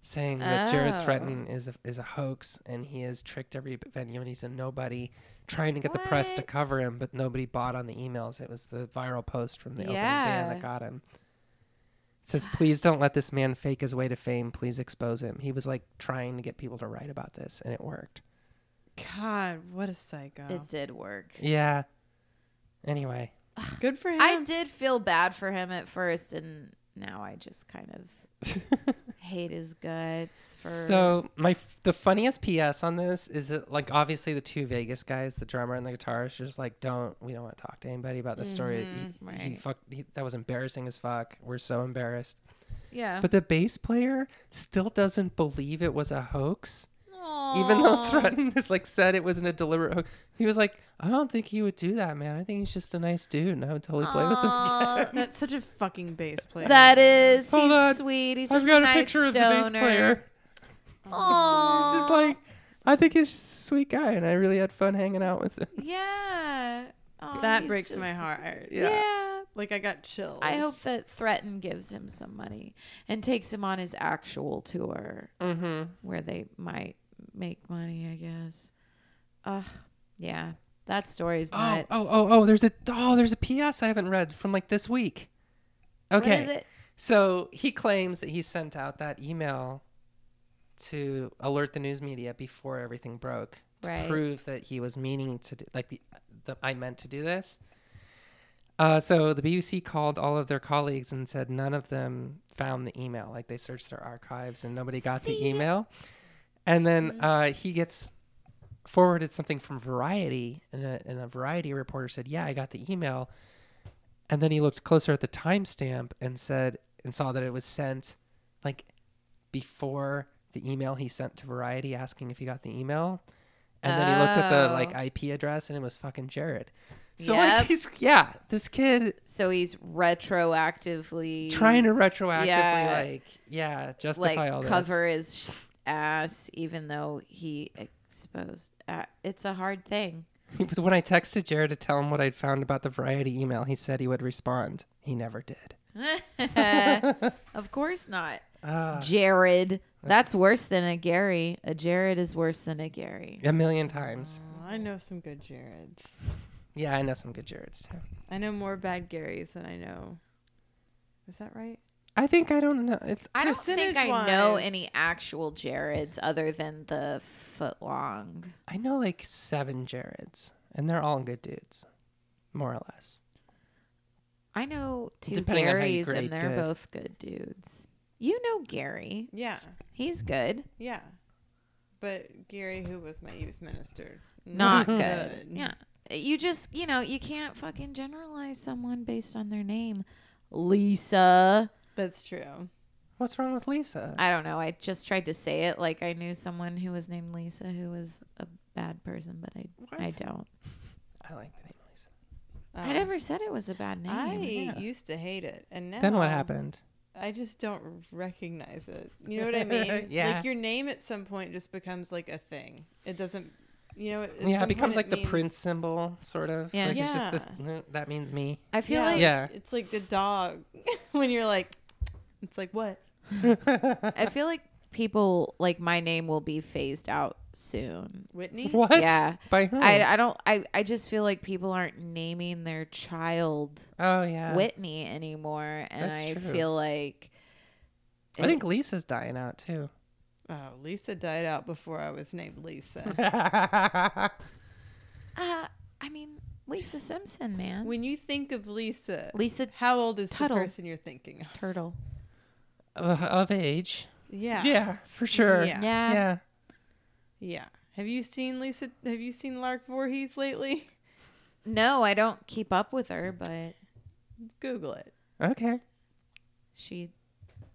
Speaker 3: saying that Jared
Speaker 2: Oh.
Speaker 3: Threaten is a, is a hoax and he has tricked every venue and he's a nobody trying to get the press to
Speaker 2: What?
Speaker 3: cover him, but nobody bought on the emails. It was the viral post from the opening band
Speaker 2: Yeah.
Speaker 3: that got him. It says, please don't let this man fake his way to fame. Please expose him. He was like trying to get people to write about this and it worked.
Speaker 4: God, what a psycho.
Speaker 2: It did work.
Speaker 3: Yeah. Anyway,
Speaker 4: Good for him.
Speaker 2: I did feel bad for him at first, and now I just kind of hate his guts. For
Speaker 3: so my f- the funniest PS on this is that like obviously the two Vegas guys, the drummer and the guitarist, are just like don't we don't want to talk to anybody about this story. He, he
Speaker 2: Mm-hmm. right.
Speaker 3: fucked, he, that was embarrassing as fuck. We're so embarrassed.
Speaker 2: yeah,
Speaker 3: But the bass player still doesn't believe it was a hoax.
Speaker 2: Aw.
Speaker 3: Even though Threaten has like said it wasn't a deliberate hoax, he was like, "I don't think he would do that, man. I think he's just a nice dude, and I would totally play with him."
Speaker 2: Aw,
Speaker 4: That's such a fucking bass player.
Speaker 2: that is
Speaker 3: Hold
Speaker 2: he's
Speaker 3: on.
Speaker 2: sweet. He's
Speaker 3: I've
Speaker 2: just
Speaker 3: got
Speaker 2: a
Speaker 3: a
Speaker 2: nice
Speaker 3: picture of the
Speaker 2: stoner.
Speaker 3: bass player.
Speaker 2: Aw.
Speaker 3: It's just like I think he's just a sweet guy, and I really had fun hanging out with him.
Speaker 2: Yeah. Aw,
Speaker 4: that
Speaker 2: he's
Speaker 4: breaks
Speaker 2: just-
Speaker 4: my heart.
Speaker 2: Yeah.
Speaker 3: Yeah.
Speaker 4: Like I got chills.
Speaker 2: I hope that Threaten gives him some money and takes him on his actual tour
Speaker 3: Mm-hmm.
Speaker 2: where they might make money, I guess. Ugh. Yeah. That story's
Speaker 3: Oh,
Speaker 2: nuts.
Speaker 3: oh, oh, oh! There's a oh, there's a P.S. I haven't read from like this week.
Speaker 2: What
Speaker 3: Okay,
Speaker 2: is it?
Speaker 3: so he claims that he sent out that email to alert the news media before everything broke to
Speaker 2: Right.
Speaker 3: prove that he was meaning to do like the, the I meant to do this. Uh, so the BBC called all of their colleagues and said none of them found the email. Like they searched their archives and nobody got the email. And then uh, he gets forwarded something from Variety, and a, and a Variety reporter said, "Yeah, I got the email." And then he looked closer at the timestamp and said and saw that it was sent like before the email he sent to Variety asking if he got the email. And then he looked at the
Speaker 2: Oh.
Speaker 3: like IP address and it was fucking Jared. So
Speaker 2: Yep.
Speaker 3: like he's yeah, this kid
Speaker 2: So he's retroactively
Speaker 3: trying to retroactively
Speaker 2: Yeah.
Speaker 3: like yeah, justify
Speaker 2: like
Speaker 3: all this.
Speaker 2: cover his sh- ass, even though he exposed. Uh, it's a hard thing.
Speaker 3: It was when I texted Jared to tell him what I'd found about the variety email, he said he would respond. He never did.
Speaker 2: of course not.
Speaker 3: Ah,
Speaker 2: Jared. That's worse than a Gary. A Jared is worse than a Gary.
Speaker 3: a million times.
Speaker 2: Oh.
Speaker 4: Well, I know some good Jareds.
Speaker 3: Yeah, I know some good Jareds too.
Speaker 4: I know more bad Garys than I know. Is that right?
Speaker 3: I think I don't know. It's
Speaker 2: I don't think I know
Speaker 4: Percentage-wise-
Speaker 2: any actual Jareds other than the foot long.
Speaker 3: I know like seven Jareds, and they're all good dudes, more or less.
Speaker 2: I know two
Speaker 3: Depending on how you
Speaker 2: Garys and
Speaker 3: grade
Speaker 2: they're
Speaker 3: good.
Speaker 2: both good dudes. You know Gary.
Speaker 4: Yeah.
Speaker 2: He's good.
Speaker 4: Yeah. But Gary, who was my youth minister,
Speaker 2: Not good. Yeah. You just, you know, you can't fucking generalize someone based on their name. Lisa.
Speaker 4: That's true.
Speaker 3: What's wrong with Lisa?
Speaker 2: I don't know. I just tried to say it like I knew someone who was named Lisa who was a bad person, but I I don't.
Speaker 3: I like the name Lisa.
Speaker 2: I never said it was a bad name.
Speaker 4: Oh. I
Speaker 3: Yeah.
Speaker 4: used to hate it, and now
Speaker 3: Then what happened?
Speaker 4: I just don't recognize it. You know what I mean?
Speaker 3: Yeah.
Speaker 4: Like your name at some point just becomes like a thing. It doesn't. You know. At some
Speaker 3: yeah, it
Speaker 4: point
Speaker 3: becomes like the
Speaker 4: means-
Speaker 3: prince symbol, sort of.
Speaker 2: Yeah.
Speaker 3: Like, It's just
Speaker 4: Yeah.
Speaker 3: this, "Mm, that means me.
Speaker 2: I feel
Speaker 4: yeah,
Speaker 2: like
Speaker 3: Yeah.
Speaker 4: It's like the dog when you're like, It's like what?
Speaker 2: I feel like people like my name will be phased out soon.
Speaker 4: Whitney?
Speaker 3: What?
Speaker 2: Yeah.
Speaker 3: By whom?
Speaker 2: I, I don't I, I just feel like people aren't naming their child
Speaker 3: oh yeah.
Speaker 2: Whitney anymore and
Speaker 3: That's
Speaker 2: I
Speaker 3: true.
Speaker 2: feel like
Speaker 3: I think Lisa's dying out too.
Speaker 4: Oh, Lisa died out before I was named Lisa.
Speaker 2: uh, I mean Lisa Simpson, man.
Speaker 4: when you think of Lisa,
Speaker 2: Lisa
Speaker 4: how old is
Speaker 2: Tuttle.
Speaker 4: the person you're thinking of?
Speaker 2: Turtle.
Speaker 3: of, of age.
Speaker 4: Yeah.
Speaker 3: Yeah, for sure.
Speaker 4: Yeah.
Speaker 2: Yeah.
Speaker 3: Yeah.
Speaker 4: Yeah. Have you seen Lisa? Have you seen Lark Voorhees lately?
Speaker 2: No, I don't keep up with her, but
Speaker 4: Google it.
Speaker 3: Okay.
Speaker 2: she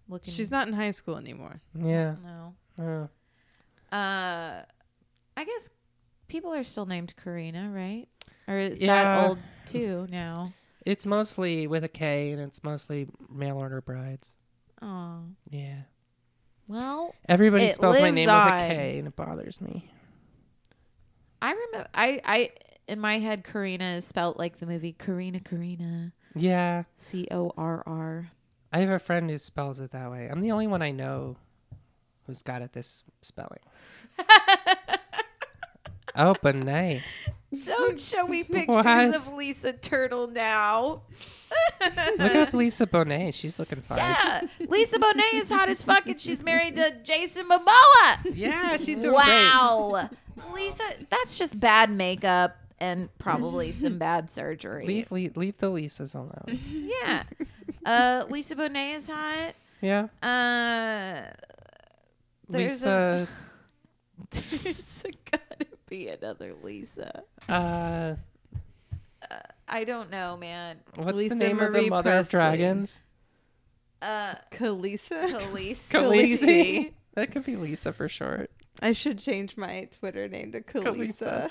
Speaker 2: looking
Speaker 4: She's not in high school anymore.
Speaker 3: Yeah.
Speaker 2: no.
Speaker 3: Oh.
Speaker 2: Uh, I guess people are still named Karina, right? Or is
Speaker 3: Yeah.
Speaker 2: that old too now?
Speaker 3: It's mostly with a K and it's mostly mail order brides.
Speaker 2: Oh
Speaker 3: Yeah.
Speaker 2: well,
Speaker 3: Everybody
Speaker 2: It
Speaker 3: spells my
Speaker 2: lives
Speaker 3: name with a
Speaker 2: on.
Speaker 3: K and it bothers me.
Speaker 2: I remember. I I in my head, Karina is spelt like the movie Karina Karina
Speaker 3: Yeah.
Speaker 2: C O R R.
Speaker 3: I have a friend who spells it that way. I'm the only one I know who's got it this spelling. Oh, Open night.
Speaker 2: Don't show me pictures
Speaker 3: What?
Speaker 2: of Lisa Turtle now.
Speaker 3: Look up Lisa Bonet. She's looking fine.
Speaker 2: Uh. Yeah, Lisa Bonet is hot as fuck, and she's married to Jason Momoa.
Speaker 3: Yeah, she's doing
Speaker 2: Wow, Lisa, that's just bad makeup and probably some bad surgery.
Speaker 3: great. Leave, leave, leave the Lisas alone.
Speaker 2: Yeah. Uh, Lisa Bonet is hot.
Speaker 3: Yeah.
Speaker 2: Uh, there's a
Speaker 3: Lisa.
Speaker 2: there's a gotta be another Lisa. Uh,
Speaker 3: uh,
Speaker 2: I don't know, man.
Speaker 3: what's
Speaker 4: Lisa
Speaker 3: the name of the
Speaker 4: Marie
Speaker 3: mother of
Speaker 4: Presley.
Speaker 3: dragons?
Speaker 2: Uh,
Speaker 4: Kalisa.
Speaker 2: Khaleesi.
Speaker 3: Khaleesi. That could be Lisa for short.
Speaker 4: I should change my Twitter name to Kalisa.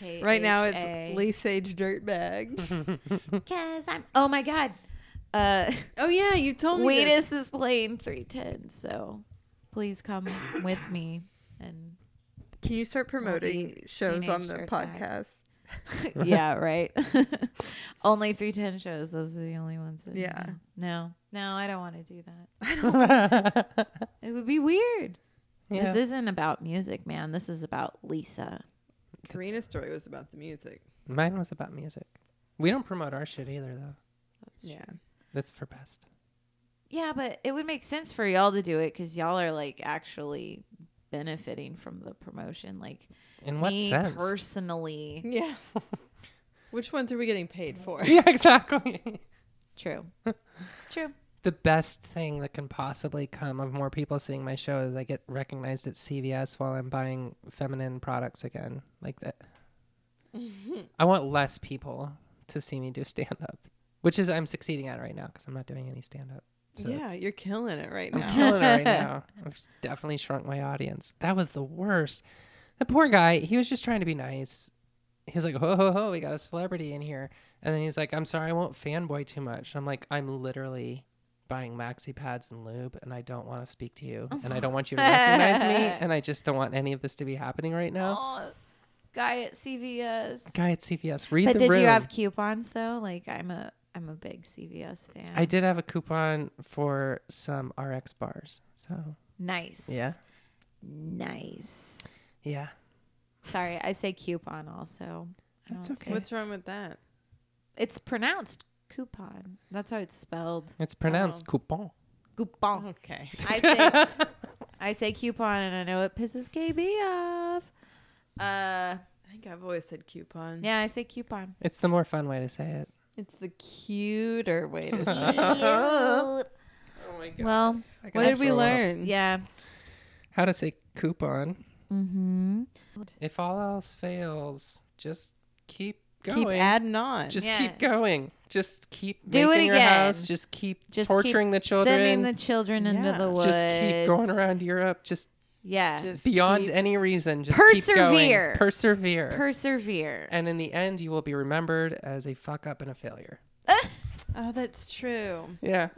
Speaker 2: K-H-A.
Speaker 4: Right now it's Lisa Age Dirtbag.
Speaker 2: Cause I'm. Oh my god. Uh,
Speaker 4: oh yeah, you told me. this.
Speaker 2: Wheatus is playing 310, so please come with me. And
Speaker 4: Can you start promoting
Speaker 2: be
Speaker 4: shows on
Speaker 2: teenage
Speaker 4: the
Speaker 2: dirtbag.
Speaker 4: podcast?
Speaker 2: yeah, right. only 310 shows. Those are the only ones. That
Speaker 4: Yeah.
Speaker 2: No, no, I don't want to do that. I don't. it would be weird.
Speaker 3: Yeah.
Speaker 2: This isn't about music, man. This is about Lisa.
Speaker 4: Karina's story was about the music.
Speaker 3: Mine was about music. We don't promote our shit either, though.
Speaker 4: Yeah.
Speaker 3: That's for best.
Speaker 2: Yeah, but it would make sense for y'all to do it because y'all are like actually benefiting from the promotion. Like
Speaker 3: In what
Speaker 2: me
Speaker 3: sense?
Speaker 2: personally,
Speaker 4: Yeah. Which ones are we getting paid for?
Speaker 3: yeah, exactly.
Speaker 2: true, true.
Speaker 3: the best thing that can possibly come of more people seeing my show is I get recognized at CVS while I'm buying feminine products again. Like that. I want less people to see me do stand up, which is I'm succeeding at right now because I'm not doing any stand up. So
Speaker 4: yeah,
Speaker 3: it's-
Speaker 4: you're killing it right
Speaker 3: I'm
Speaker 4: now.
Speaker 3: killing it right now. I've definitely shrunk my audience. That was the worst. The poor guy, he was just trying to be nice. He was like, ho, ho, ho, we got a celebrity in here. And then he's like, I'm sorry, I won't fanboy too much. And I'm like, I'm literally buying maxi pads and lube, and I don't want to speak to you. And I don't want you to recognize me. And I just don't want any of this to be happening right now.
Speaker 2: Oh, guy at CVS.
Speaker 3: Guy at CVS, read
Speaker 2: But
Speaker 3: the
Speaker 2: did
Speaker 3: room.
Speaker 2: you have coupons though? Like I'm a I'm a big CVS fan.
Speaker 3: I did have a coupon for some RX bars. So,
Speaker 2: Nice.
Speaker 3: yeah.
Speaker 2: Nice.
Speaker 3: Yeah.
Speaker 2: Sorry, I say coupon also. I
Speaker 3: That's
Speaker 2: don't say-
Speaker 3: okay.
Speaker 4: What's wrong with that?
Speaker 2: It's pronounced coupon. That's how it's spelled.
Speaker 3: It's pronounced
Speaker 2: Oh.
Speaker 3: coupon.
Speaker 2: Coupon.
Speaker 4: Okay.
Speaker 2: I say I say coupon and I know it pisses KB off. Uh
Speaker 4: I think I've always said coupon.
Speaker 2: yeah, I say coupon.
Speaker 3: It's the more fun way to say it.
Speaker 4: It's the cuter way to say
Speaker 2: Well,
Speaker 4: What did we learn?
Speaker 2: yeah.
Speaker 3: How to say coupon.
Speaker 2: Mm-hmm.
Speaker 3: If all else fails, just keep going.
Speaker 4: Keep adding on.
Speaker 3: just
Speaker 2: Yeah.
Speaker 3: keep going. Just keep
Speaker 2: Do it
Speaker 3: making your
Speaker 2: again.
Speaker 3: house. Just keep
Speaker 2: Just keep
Speaker 3: torturing the
Speaker 2: Sending
Speaker 3: children.
Speaker 2: the children into
Speaker 4: Yeah.
Speaker 2: the woods.
Speaker 3: just keep going around Europe. Just
Speaker 2: Yeah.
Speaker 4: Just
Speaker 3: beyond
Speaker 4: keep-
Speaker 3: any reason. Just keep
Speaker 2: Persevere.
Speaker 3: going. Persevere.
Speaker 2: persevere.
Speaker 3: and in the end, you will be remembered as a fuck up and a failure.
Speaker 4: Oh, that's true.
Speaker 3: Yeah.